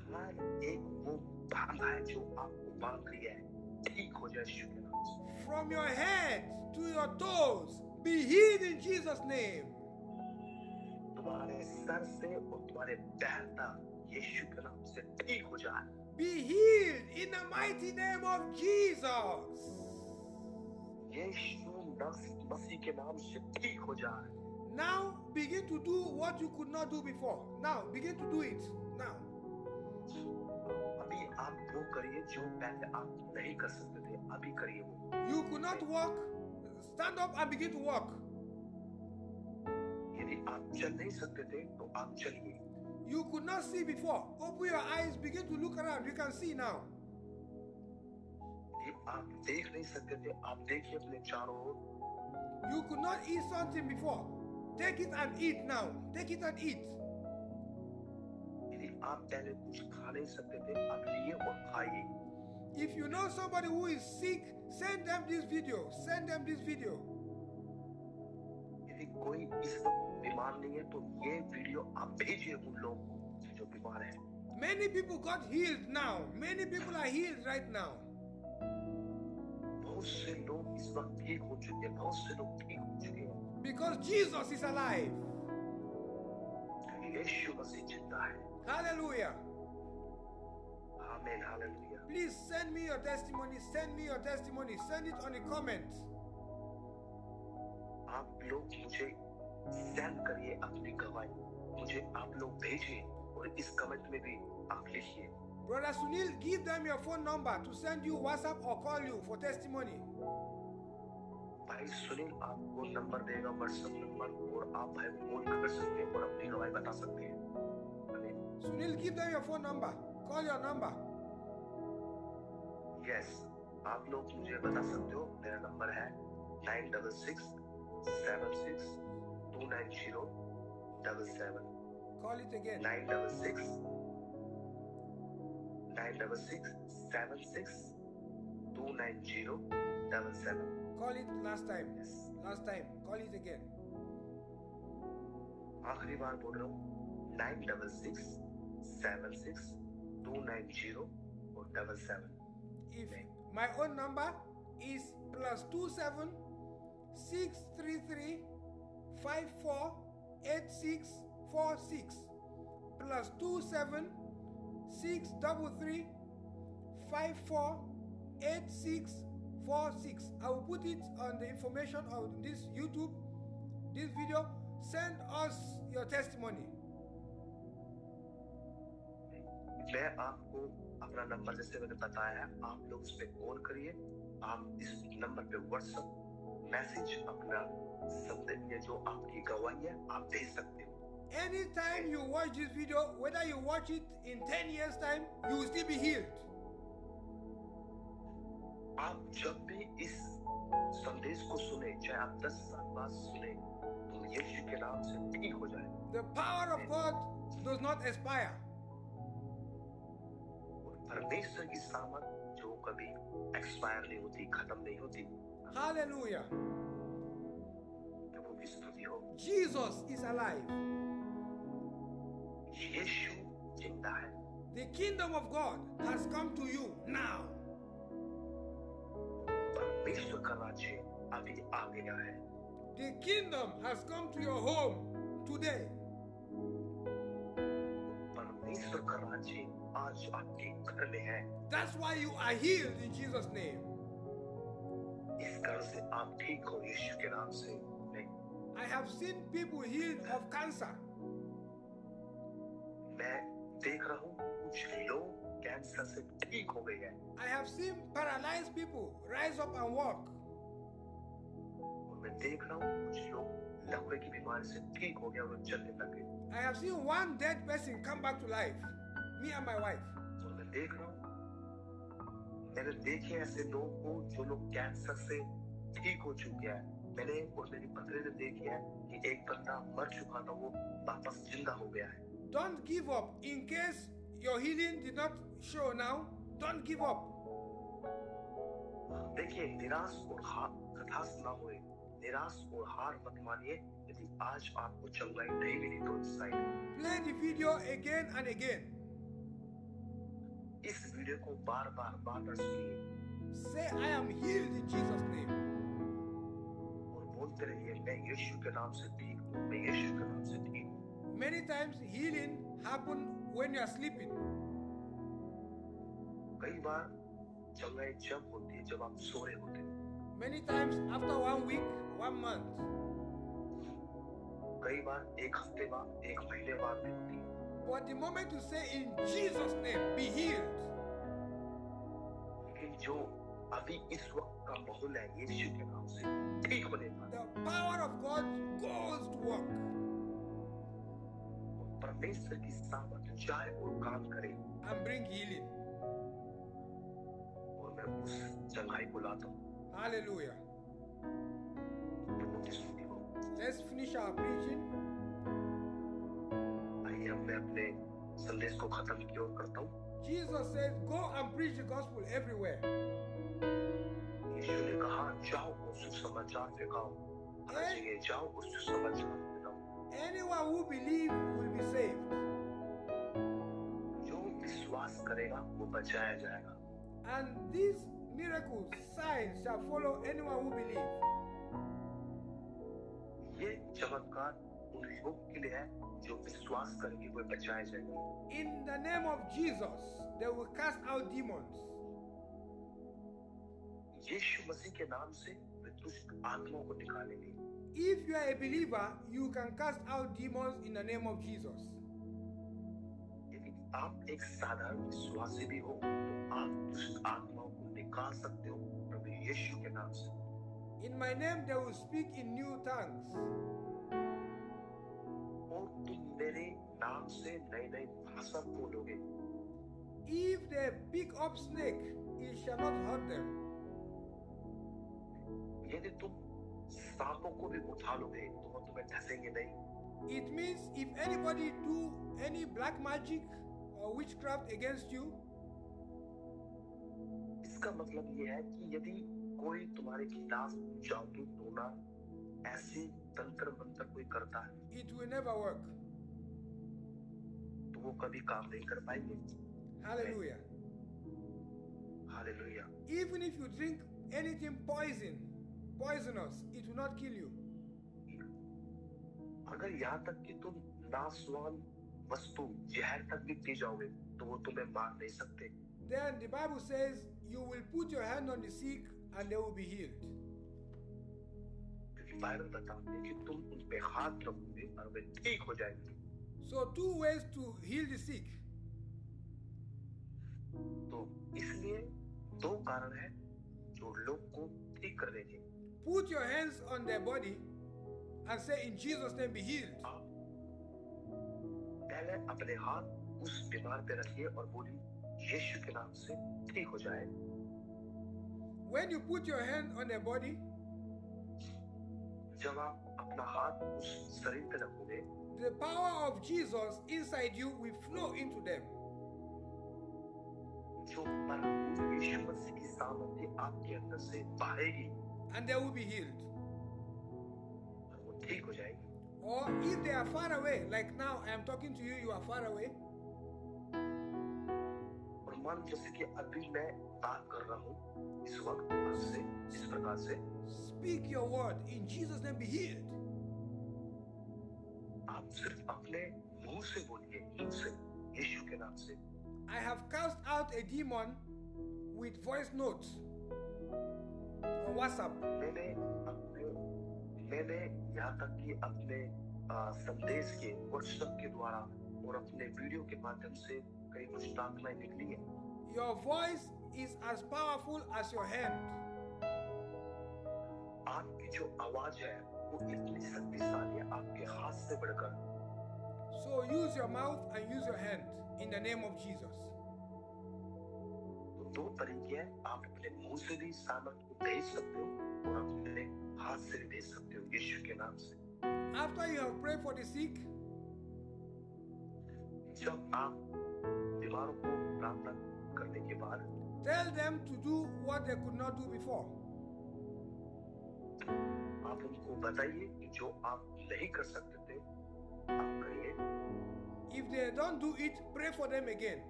Speaker 2: हर एक वो बाधा है जो आपको बांध रही है ठीक हो जाए यीशु के नाम से
Speaker 1: From your head to your toes be healed in Jesus' name.
Speaker 2: तुम्हारे सर से और तुम्हारे पैर तक यीशु के नाम से ठीक हो जाए
Speaker 1: Be healed in the mighty name of Jesus.
Speaker 2: यीशु नस- मसीह के नाम से ठीक हो जाए
Speaker 1: Now begin to do what you could not do before. Now begin to do it. Now.
Speaker 2: अभी आप वो करिए जो पहले आप नहीं कर सकते थे अभी करिए वो
Speaker 1: You could not walk. Stand up and begin to walk.
Speaker 2: यदि आप चल नहीं सकते थे तो आप चलिए
Speaker 1: You could not see before. Open your eyes, begin to look around. You can see now.
Speaker 2: यदि आप देख नहीं सकते थे आप देखिए अपने चारों ओर
Speaker 1: You could not eat something before. Take it and eat now. Take it and eat.
Speaker 2: यदि आप पहले कुछ खा नहीं सकते थे आप लिए और खाइए
Speaker 1: If you know somebody who is sick, send them this video. Send them this video.
Speaker 2: यदि कोई इस वक्त बीमार नहीं है तो ये वीडियो आप भेजिए उन लोगों को जो बीमार है
Speaker 1: Many people got healed now. Many people are healed right now.
Speaker 2: बहुत से लोग इस वक्त ठीक हो चुके हैं बहुत से लोग ठीक हो चुके हैं
Speaker 1: Because Jesus is alive.
Speaker 2: यीशु मसीह जिंदा है
Speaker 1: Hallelujah.
Speaker 2: आमीन hallelujah
Speaker 1: Please send me your testimony. Send me your testimony. Send it on the comment.
Speaker 2: आप लोग मुझे सेंड करिए अपनी गवाही मुझे आप लोग भेजिए और इस कमेंट में भी आप लिखिए
Speaker 1: Brother Sunil, give them your phone number to send you WhatsApp or call you for testimony.
Speaker 2: भाई सुनील आपको नंबर देगा व्हाट्सएप नंबर और आप भाई फोन कर सकते हैं और अपनी गवाही बता सकते हैं अरे,
Speaker 1: Sunil, give them your phone number. Call your number.
Speaker 2: Yes आप लोग मुझे बता सकते हो मेरा नंबर है nine double six seven six two nine zero double seven
Speaker 1: Call it again.
Speaker 2: Nine double six nine double six seven six two nine zero double seven
Speaker 1: Call it last time.
Speaker 2: Yes
Speaker 1: Last time. Call it again.
Speaker 2: आखिरी बार बोल रहा हूँ nine double six seven six two nine zero और double seven
Speaker 1: If my own number is plus two seven six three three five four eight six four six plus two seven six double three five four eight six four six. I will put it on the information on this YouTube, this video. Send us your testimony.
Speaker 2: मैं आपको अपना number जैसे मैंने बताया है आप लोग उस पर कॉल करिए आप इस नंबर पे व्हाट्सएप मैसेज अपना संदेश या जो आपकी गवाही है आप भेज सकते हो
Speaker 1: Anytime you watch this video, whether you watch it in 10 years' time, you will still be healed.
Speaker 2: आप जब भी इस संदेश को सुने चाहे आप दस साल बाद सुने तो यीशु के नाम से ठीक हो जाए
Speaker 1: The power of God does not expire.
Speaker 2: और परमेश्वर की सामर्थ जो कभी एक्सपायर नहीं होती खत्म नहीं होती तो
Speaker 1: Hallelujah.
Speaker 2: प्रभु की स्तुति हो
Speaker 1: Jesus is alive.
Speaker 2: यीशु जिंदा है
Speaker 1: The kingdom of God has come to you now.
Speaker 2: परमेश्वर का राज्य अभी आ गया है
Speaker 1: The kingdom has come to your home today.
Speaker 2: परमेश्वर का राज्य आज आपके घर में है
Speaker 1: That's why you are healed in Jesus' name.
Speaker 2: इस कारण से आप ठीक हो यीशु के नाम से मैं
Speaker 1: I have seen people healed of cancer.
Speaker 2: मैं देख रहा हूँ कुछ लोग कैंसर से ठीक हो गए हैं
Speaker 1: I have seen paralyzed people rise up and walk.
Speaker 2: और मैं देख रहा हूँ कुछ लोग लकवे की बीमारी से ठीक हो गए और चलने लगे
Speaker 1: I have seen one dead person come back to life. Me and my wife.
Speaker 2: और मैं देख रहा हूँ मैंने देखे ऐसे लोग को जो लोग कैंसर से ठीक हो चुके हैं मैंने और मेरी पत्नी ने देखे है कि एक बंदा मर चुका था वो वापस जिंदा हो गया है
Speaker 1: Don't give up. In case your healing did not show now, don't give up.
Speaker 2: देखिए निराश और हार हताश ना होए निराश और हार मत मानिए यदि आज आपको चंगाई नहीं मिली तो इस side
Speaker 1: Play the video again and again.
Speaker 2: इस वीडियो को बार बार बार बार सुनिए
Speaker 1: Say, I am healed in Jesus' name.
Speaker 2: और बोलते रहिए मैं यीशु के नाम से ठीक हूँ मैं यीशु के नाम से ठीक हूँ
Speaker 1: Many times healing happen when you are sleeping.
Speaker 2: कई बार चंगाई जब होती है जब आप सो रहे होते हो
Speaker 1: Many times after one week, one month.
Speaker 2: कई बार एक हफ्ते बाद एक महीने बाद भी होती है
Speaker 1: But the moment you say in Jesus' name, be healed.
Speaker 2: लेकिन जो अभी इस वक्त का माहौल है यीशु के नाम से ठीक होने का
Speaker 1: The power of God goes to work.
Speaker 2: परमेश्वर की सामर्थ जाए और काम करे
Speaker 1: and bring healing.
Speaker 2: और मैं उस चंगाई को लाता हूँ
Speaker 1: Hallelujah.
Speaker 2: प्रभु की स्तुति हो।
Speaker 1: Let's finish our preaching.
Speaker 2: आइए अब मैं अपने संदेश को खत्म की ओर करता हूँ
Speaker 1: Jesus said, Go and preach the gospel everywhere.
Speaker 2: यीशु ने कहा जाओ और सुसमाचार फैलाओ हर जगह जाओ और सुसमाचार फैलाओ
Speaker 1: Anyone who believes will be saved.
Speaker 2: जो विश्वास करेगा वो बचाया जाएगा
Speaker 1: And these miracles, signs shall follow anyone who believes.
Speaker 2: ये चमत्कार उन लोग के लिए है जो विश्वास करेंगे वो बचाए जाएंगे
Speaker 1: In the name of Jesus, they will cast out demons.
Speaker 2: यीशु मसीह के नाम से वे दुष्ट आत्माओं को निकालेंगे
Speaker 1: If you are a believer, you can cast out demons in the name of Jesus.
Speaker 2: यदि आप एक साधारण विश्वासी भी हो तो आप दुष्ट आत्माओं को निकाल सकते हो प्रभु यीशु के नाम से
Speaker 1: In my name, they will speak in new tongues.
Speaker 2: और तुम मेरे नाम से नई नई भाषा बोलोगे
Speaker 1: If they pick up snake, it shall not hurt them.
Speaker 2: यदि तुम सांपों को भी उठा लोगे तो वो तुम्हें ढसेंगे नहीं
Speaker 1: It means if anybody do any black magic or witchcraft against you,
Speaker 2: इसका मतलब ये है कि यदि कोई तुम्हारे खिलाफ जादू टोना ऐसी तंत्र मंत्र कोई करता है
Speaker 1: it will never work.
Speaker 2: तो वो कभी काम नहीं कर पाएंगे
Speaker 1: Hallelujah.
Speaker 2: Hallelujah
Speaker 1: Even if you drink anything poison, poisonous, it will not kill you.
Speaker 2: अगर यहाँ तक कि तुम नासवान वस्तु जहर तक भी पी जाओगे तो वो तुम्हें मार नहीं सकते
Speaker 1: Then the Bible says, You will put your hand on the sick and they will be healed.
Speaker 2: क्योंकि बाइबल बताते हैं कि तुम उन पे हाथ रखोगे और वे ठीक हो जाएंगे
Speaker 1: So, two ways to heal the sick.
Speaker 2: तो इसलिए दो कारण है जो लोग को ठीक करने के
Speaker 1: Put your hands on their body and say, In Jesus' name, be healed.
Speaker 2: आप पहले अपने हाथ उस बीमार पे रखिए और बोलिए यीशु के नाम से ठीक हो जाए
Speaker 1: When you put your hand on their body,
Speaker 2: जब आप अपना हाथ उस शरीर पे रखोगे
Speaker 1: the power of Jesus inside you will flow into them.
Speaker 2: जो परम यीशु मसीह की सामर्थ्य आपके अंदर से बहेगी
Speaker 1: and they will be healed.
Speaker 2: और वो ठीक हो जाएगी
Speaker 1: Or if they are far away, like now I am talking to you, you are far away,
Speaker 2: और मान जैसे कि अभी मैं बात कर रहा हूँ इस वक्त आपसे इस प्रकार से
Speaker 1: speak your word in Jesus' name, be healed.
Speaker 2: आप सिर्फ अपने मुंह से बोलिए मुंह से यीशु के नाम से
Speaker 1: I have cast out a demon with voice notes on WhatsApp.
Speaker 2: मैंने अपने मैंने यहाँ तक कि अपने आ, संदेश के व्हाट्सएप के द्वारा और अपने वीडियो के माध्यम से कई कुछ प्रार्थनाएं निकली है
Speaker 1: Your voice is as powerful as your hand.
Speaker 2: आपकी जो आवाज है वो इतनी शक्तिशाली है आपके हाथ से बढ़कर
Speaker 1: So use your mouth and use your hand in the name of Jesus.
Speaker 2: तो दो तरीके हैं आप अपने मुंह से भी सामर्थ को भेज सकते हो और अपने हाथ से भी भेज सकते हो यीशु के नाम से
Speaker 1: After you have prayed for the sick,
Speaker 2: जब आप बीमारों को प्रार्थना करने के बाद
Speaker 1: tell them to do what they could not do before.
Speaker 2: आप उनको बताइए कि जो आप नहीं कर सकते थे आप करिए
Speaker 1: If they don't do it, pray for them again.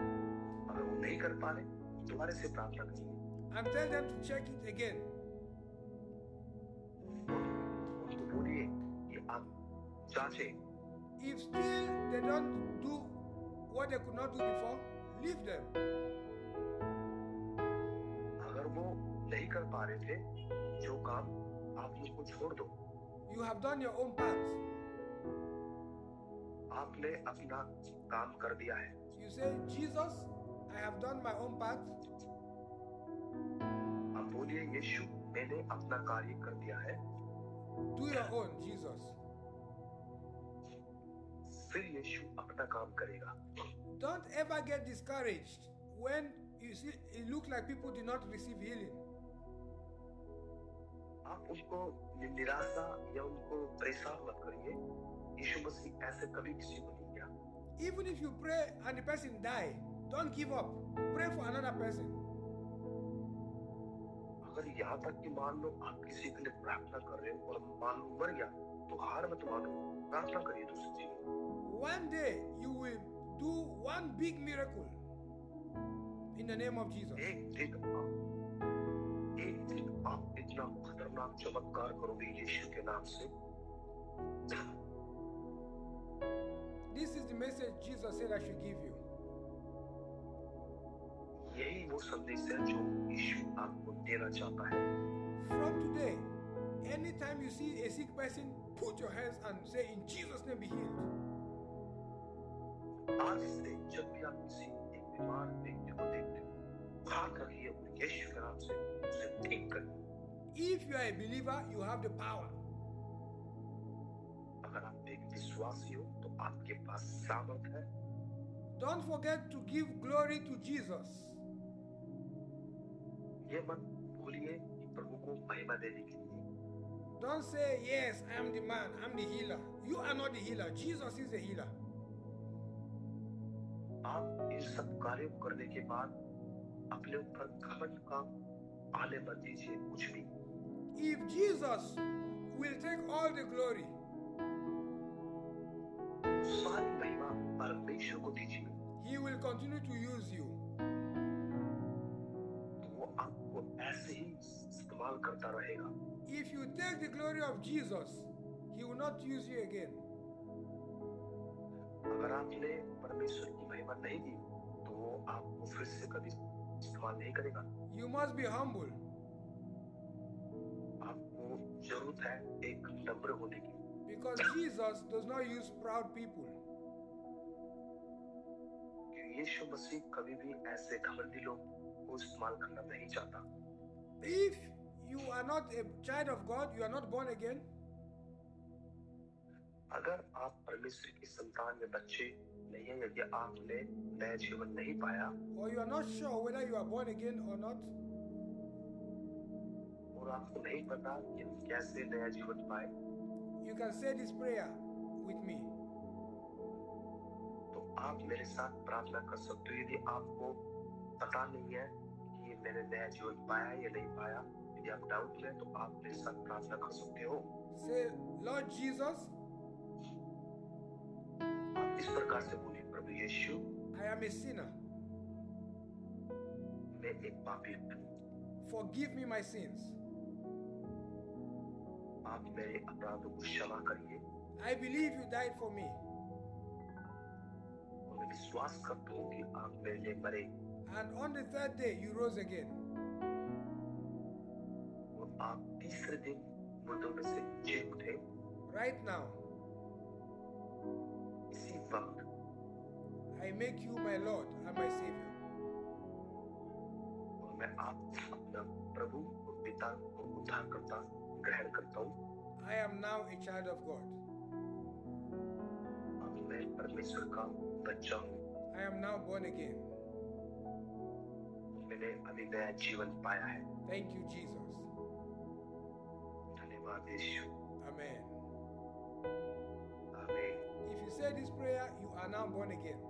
Speaker 2: अगर वो नहीं कर पा रहे दोबारा से प्रार्थना करिए
Speaker 1: and tell them to check it again.
Speaker 2: और उनको बोलिए कि आप जांचे
Speaker 1: If still they don't do what they could not do before, leave them.
Speaker 2: अगर वो नहीं कर पा रहे थे जो काम आप उनको छोड़ दो
Speaker 1: You have done your own part.
Speaker 2: आपने अपना काम कर दिया है
Speaker 1: You say, Jesus, I have done my own part.
Speaker 2: आप बोलिए यीशु मैंने अपना कार्य कर दिया है
Speaker 1: Do your own, Jesus.
Speaker 2: फिर यीशु अपना काम करेगा
Speaker 1: Don't ever get discouraged when you see it looks like people did not receive healing.
Speaker 2: आप उनको नि- निराशा या उनको परेशान मत करिए यीशु मसीह ऐसे कभी किसी को नहीं किया
Speaker 1: Even if you pray and the person die, don't give up. Pray for another person.
Speaker 2: अगर यहाँ तक कि मान लो आप किसी के लिए प्रार्थना कर रहे हो और मान लो मर गया तो हार मत मानो प्रार्थना करिए तो दूसरे चीज
Speaker 1: One day you will do one big miracle in the name of Jesus.
Speaker 2: एक दिन आप एक दिन आप इतना खतरनाक चमत्कार करोगे यीशु के नाम से
Speaker 1: This is the message Jesus said I should give you.
Speaker 2: यही वो संदेश है जो यीशु आपको देना चाहता है
Speaker 1: From today, anytime you see a sick person, put your hands and say, In Jesus' name be healed.
Speaker 2: आज से जब भी आप किसी एक बीमार व्यक्ति को देखते हो हाथ रखिए और यीशु के नाम से उसे ठीक करिए
Speaker 1: If you are a believer, you have the power.
Speaker 2: अगर आप एक विश्वासी हो तो आपके पास सामर्थ है
Speaker 1: Don't forget to give glory to Jesus.
Speaker 2: ये मत भूलिए कि प्रभु को महिमा देने के लिए
Speaker 1: Don't say, Yes, I am the man, I'm the healer. You are not the healer, Jesus is the healer.
Speaker 2: आप इन सब कार्यों को करने के बाद अपने ऊपर घमंड का आने मत दीजिए कुछ भी
Speaker 1: If Jesus will take all the glory,
Speaker 2: सारी महिमा परमेश्वर को दीजिए
Speaker 1: he will continue to use you.
Speaker 2: तो वो आपको ऐसे ही इस्तेमाल करता रहेगा
Speaker 1: If you take the glory of Jesus, he will not use you again.
Speaker 2: अगर आपने परमेश्वर की महिमा नहीं दी तो वो आपको फिर से कभी इस्तेमाल नहीं करेगा
Speaker 1: You must be humble.
Speaker 2: आपको जरूरत है एक नम्र होने की
Speaker 1: Because Jesus does not use proud people.
Speaker 2: कि यीशु मसीह कभी भी ऐसे घमंडी लोग को इस्तेमाल करना नहीं चाहता
Speaker 1: If you are not a child of God, you are not born again,
Speaker 2: अगर आप परमेश्वर की संतान में बच्चे नहीं हैं यदि आपने नया जीवन नहीं पाया
Speaker 1: or you are not sure whether you are born again or not,
Speaker 2: और आपको नहीं पता कि हम कैसे नया जीवन पाए
Speaker 1: you can say this prayer with me.
Speaker 2: तो आप मेरे साथ प्रार्थना कर सकते हो यदि आपको पता नहीं है कि मैंने नया जीवन पाया या नहीं पाया यदि आप डाउट में हैं, तो आप मेरे साथ प्रार्थना कर सकते हो
Speaker 1: Say, Lord Jesus,
Speaker 2: आप इस प्रकार से बोलिए प्रभु यीशु
Speaker 1: I am a sinner.
Speaker 2: मैं एक पापी हूँ
Speaker 1: Forgive me my sins.
Speaker 2: आप मेरे अपराधों को क्षमा करिए
Speaker 1: I believe you died for me.
Speaker 2: और मैं विश्वास करता हूँ कि आप मेरे लिए मरे
Speaker 1: And on the third day, you rose again.
Speaker 2: और आप तीसरे दिन मुर्दों में से जी उठे
Speaker 1: Right now,
Speaker 2: इसी वक्त
Speaker 1: I make you my Lord and my Savior.
Speaker 2: और मैं आप अपना प्रभु और पिता और उद्धार करता ग्रहण करता हूँ
Speaker 1: I am now a child of God.
Speaker 2: अब मैं परमेश्वर का बच्चा हूँ
Speaker 1: I am now born again.
Speaker 2: और मैंने अभी नया जीवन पाया है
Speaker 1: Thank you, Jesus.
Speaker 2: धन्यवाद यीशु
Speaker 1: Amen.
Speaker 2: आमीन
Speaker 1: If you say this prayer, you are now born again.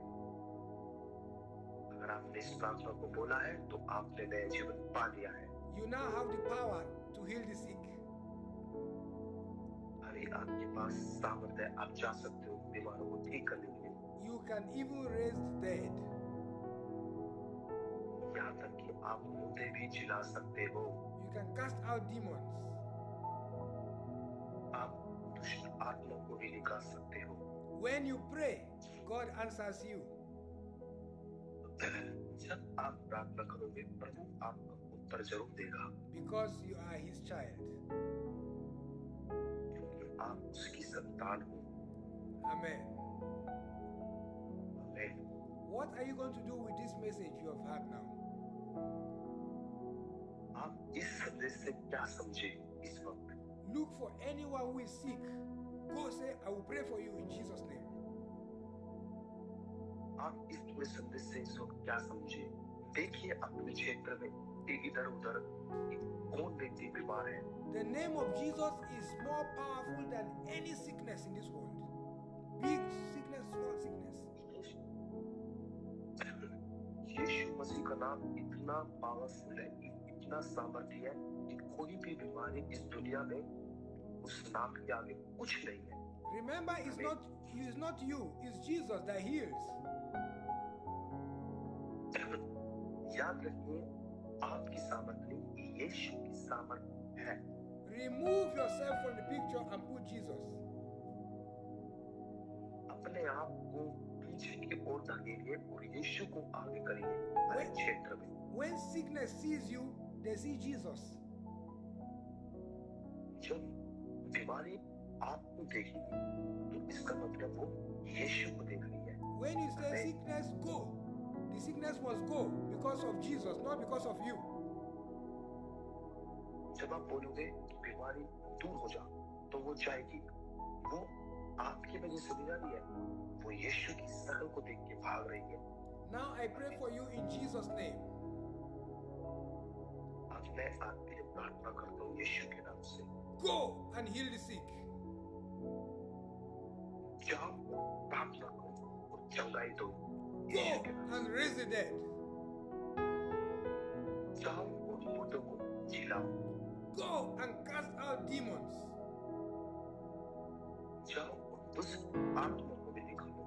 Speaker 2: अगर आपने इस प्रार्थना को बोला है तो आपने नया जीवन पा लिया है
Speaker 1: You now have the power to heal the sick.
Speaker 2: अभी आपके पास सामर्थ है आप जा सकते हो बीमारों को ठीक करने के लिए
Speaker 1: You can even raise the dead.
Speaker 2: यहाँ तक कि आप मुद्दे भी चिला सकते हो
Speaker 1: You can cast out demons.
Speaker 2: आप दुष्ट आत्मा को भी निकाल सकते हो (clears throat)
Speaker 1: When you pray, God answers you.
Speaker 2: जब आप प्रार्थना करोगे प्रभु आपको उत्तर जरूर देगा
Speaker 1: because you are his child.
Speaker 2: क्योंकि आप उसकी संतान हो
Speaker 1: Amen.
Speaker 2: आमीन।
Speaker 1: What are you going to do with this message you have had now?
Speaker 2: आप इस संदेश से क्या समझे इस वक्त
Speaker 1: Look for anyone who is sick. Go say, I will pray for you in Jesus' name.
Speaker 2: आप इस पूरे संदेश से इस वक्त क्या समझे देखिए अपने क्षेत्र में इधर उधर कि कौन व्यक्ति बीमार है
Speaker 1: The name of Jesus is more powerful than any sickness in this world. Big sickness, small sickness.
Speaker 2: (laughs) यीशु मसीह का नाम इतना पावरफुल है इतना सामर्थ्य है कि कोई भी बीमारी इस दुनिया में उस नाम के आगे कुछ नहीं है
Speaker 1: Remember, it's not, it's not you, it's Jesus that heals.
Speaker 2: याद रखिए आपकी सामर्थ्य नहीं, यीशु की सामर्थ्य है
Speaker 1: Remove yourself from the picture and put Jesus.
Speaker 2: अपने आप को पीछे की ओर धकेलिए और यीशु को आगे करिए हर एक क्षेत्र में
Speaker 1: When sickness sees you, they see Jesus.
Speaker 2: जब बीमारी आपको देखेगी तो इसका मतलब वो यीशु को देख रही है
Speaker 1: When you say
Speaker 2: Amen.
Speaker 1: sickness, go. The sickness must go because of Jesus, not because of you.
Speaker 2: जब आप बोलोगे कि बीमारी दूर हो जा तो वो जाएगी वो आपकी वजह से मिला नहीं है वो यीशु की शक्ल को देख के भाग रही है
Speaker 1: Now I pray for you in Jesus' name.
Speaker 2: आपके लिए प्रार्थना करता हूँ यीशु के नाम से
Speaker 1: Go and heal the sick.
Speaker 2: जाओ प्रार्थना करो और चंगाई दो
Speaker 1: Go
Speaker 2: यीशु के नाम
Speaker 1: and raise the dead.
Speaker 2: से जाओ और मुर्दों को जिलाओ
Speaker 1: Go and cast out demons.
Speaker 2: जाओ और दुष्ट आत्मा को भी निकालो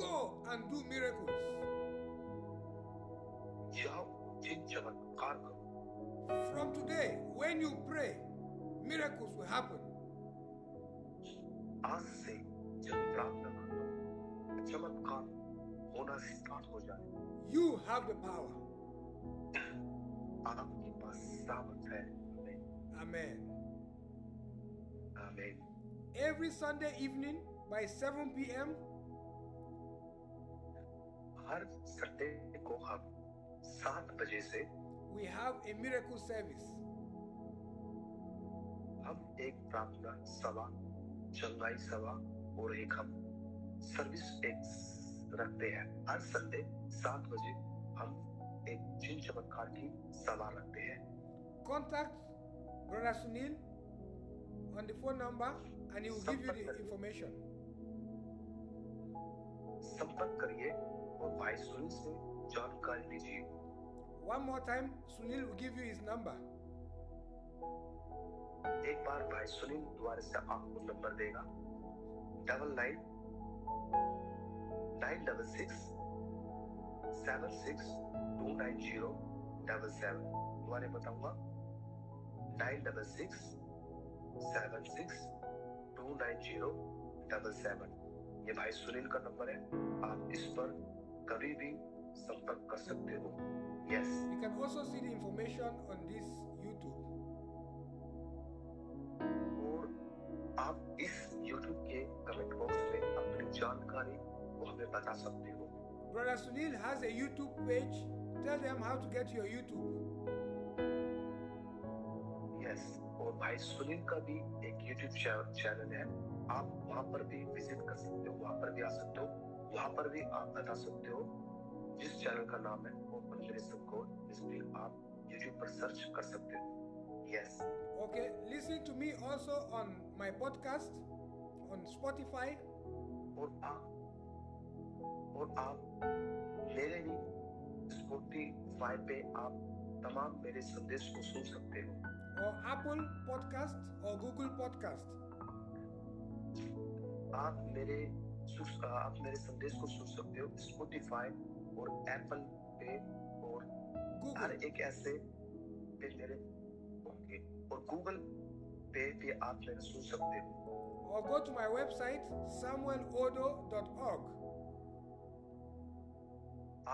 Speaker 1: Go and do miracles.
Speaker 2: जाओ जिन चमत्कार करो
Speaker 1: From today, when you pray, miracles will happen.
Speaker 2: आज से जब प्रार्थना करता हूँ चमत्कार होना स्टार्ट हो जाए
Speaker 1: You have the power.
Speaker 2: आपके पास सामर्थ है
Speaker 1: Amen.
Speaker 2: आमीन
Speaker 1: Every Sunday evening by 7 p.m.,
Speaker 2: हर संडे को हम सात बजे से
Speaker 1: we have a miracle service.
Speaker 2: हम एक प्रार्थना सभा चंगाई सभा और एक हम सर्विस एक रखते हैं हर संडे सात बजे हम एक जिन चमत्कार की सभा रखते हैं
Speaker 1: Contact Brother Sunil on the phone number and he will give you the information.
Speaker 2: संपर्क करिए और भाई सुनील से जानकारी लीजिए
Speaker 1: One more time, Sunil will give you his number.
Speaker 2: एक बार भाई सुनील द्वारा से आपको नंबर देगा double nine nine double six seven six two nine zero double seven दोबारा बताऊंगा nine double six seven six two nine zero double seven ये भाई सुनील का नंबर है आप इस पर कभी भी संपर्क कर सकते हो yes
Speaker 1: You can also see the information on this YouTube.
Speaker 2: और आप इस YouTube के कमेंट बॉक्स में अपनी जानकारी को हमें बता सकते हो
Speaker 1: Brother Sunil has a YouTube page. Tell them how to get your YouTube.
Speaker 2: Yes और भाई सुनील का भी एक YouTube चै- चैनल है आप वहाँ पर भी विजिट कर सकते हो वहाँ पर भी आ सकते हो वहाँ पर भी आप बता सकते हो जिस चैनल का नाम है ओपन लिसन कोड इस पे आप YouTube पर सर्च कर सकते हो yes
Speaker 1: Okay, listen to me also on my podcast on Spotify.
Speaker 2: और आप और आप मेरे भी स्पॉटिफाई पे आप तमाम मेरे संदेश को सुन सकते हो
Speaker 1: or Apple Podcast or Google Podcast.
Speaker 2: आप मेरे सुस- आप मेरे संदेश को सुन सकते हो स्पॉटिफाई और एप्पल पे और हर
Speaker 1: Google.
Speaker 2: एक ऐसे पे मेरे ओके और गूगल पे भी आप मेरे सुन सकते हो
Speaker 1: Or go to my website samuelodo.org.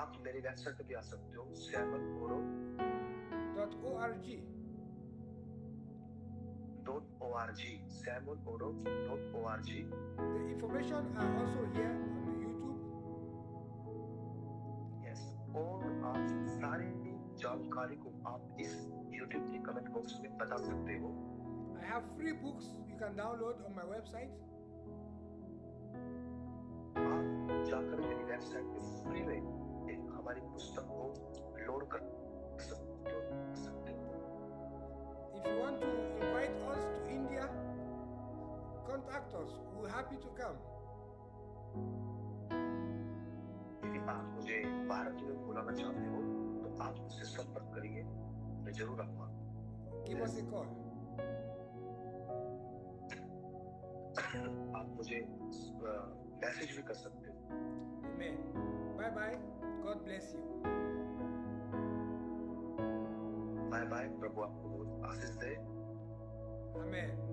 Speaker 2: आप मेरी वेबसाइट पे भी आ सकते हो Samuel Odo
Speaker 1: Dot org.
Speaker 2: Dot O R G Samuel Odo dot O R G
Speaker 1: The information are also here on the YouTube.
Speaker 2: Yes और आप सारी जानकारी को आप इस यूट्यूब के कमेंट बॉक्स में बता सकते हो
Speaker 1: I have free books you can download on my website.
Speaker 2: आप जाकर मेरी वेबसाइट पे फ्री में एक हमारी पुस्तक को लोड कर सकते हो कर सकते हो।
Speaker 1: If you want to invite us to India, contact us. We're happy to come.
Speaker 2: यदि आप मुझे भारत में बुलाना चाहते हो तो आप मुझसे संपर्क करिए मैं जरूर आऊंगा
Speaker 1: Give us a call.
Speaker 2: आप मुझे मैसेज भी कर सकते हो
Speaker 1: Amen. Bye bye. God bless you.
Speaker 2: Bye bye प्रभु आपको बहुत आशीष दे
Speaker 1: Amen.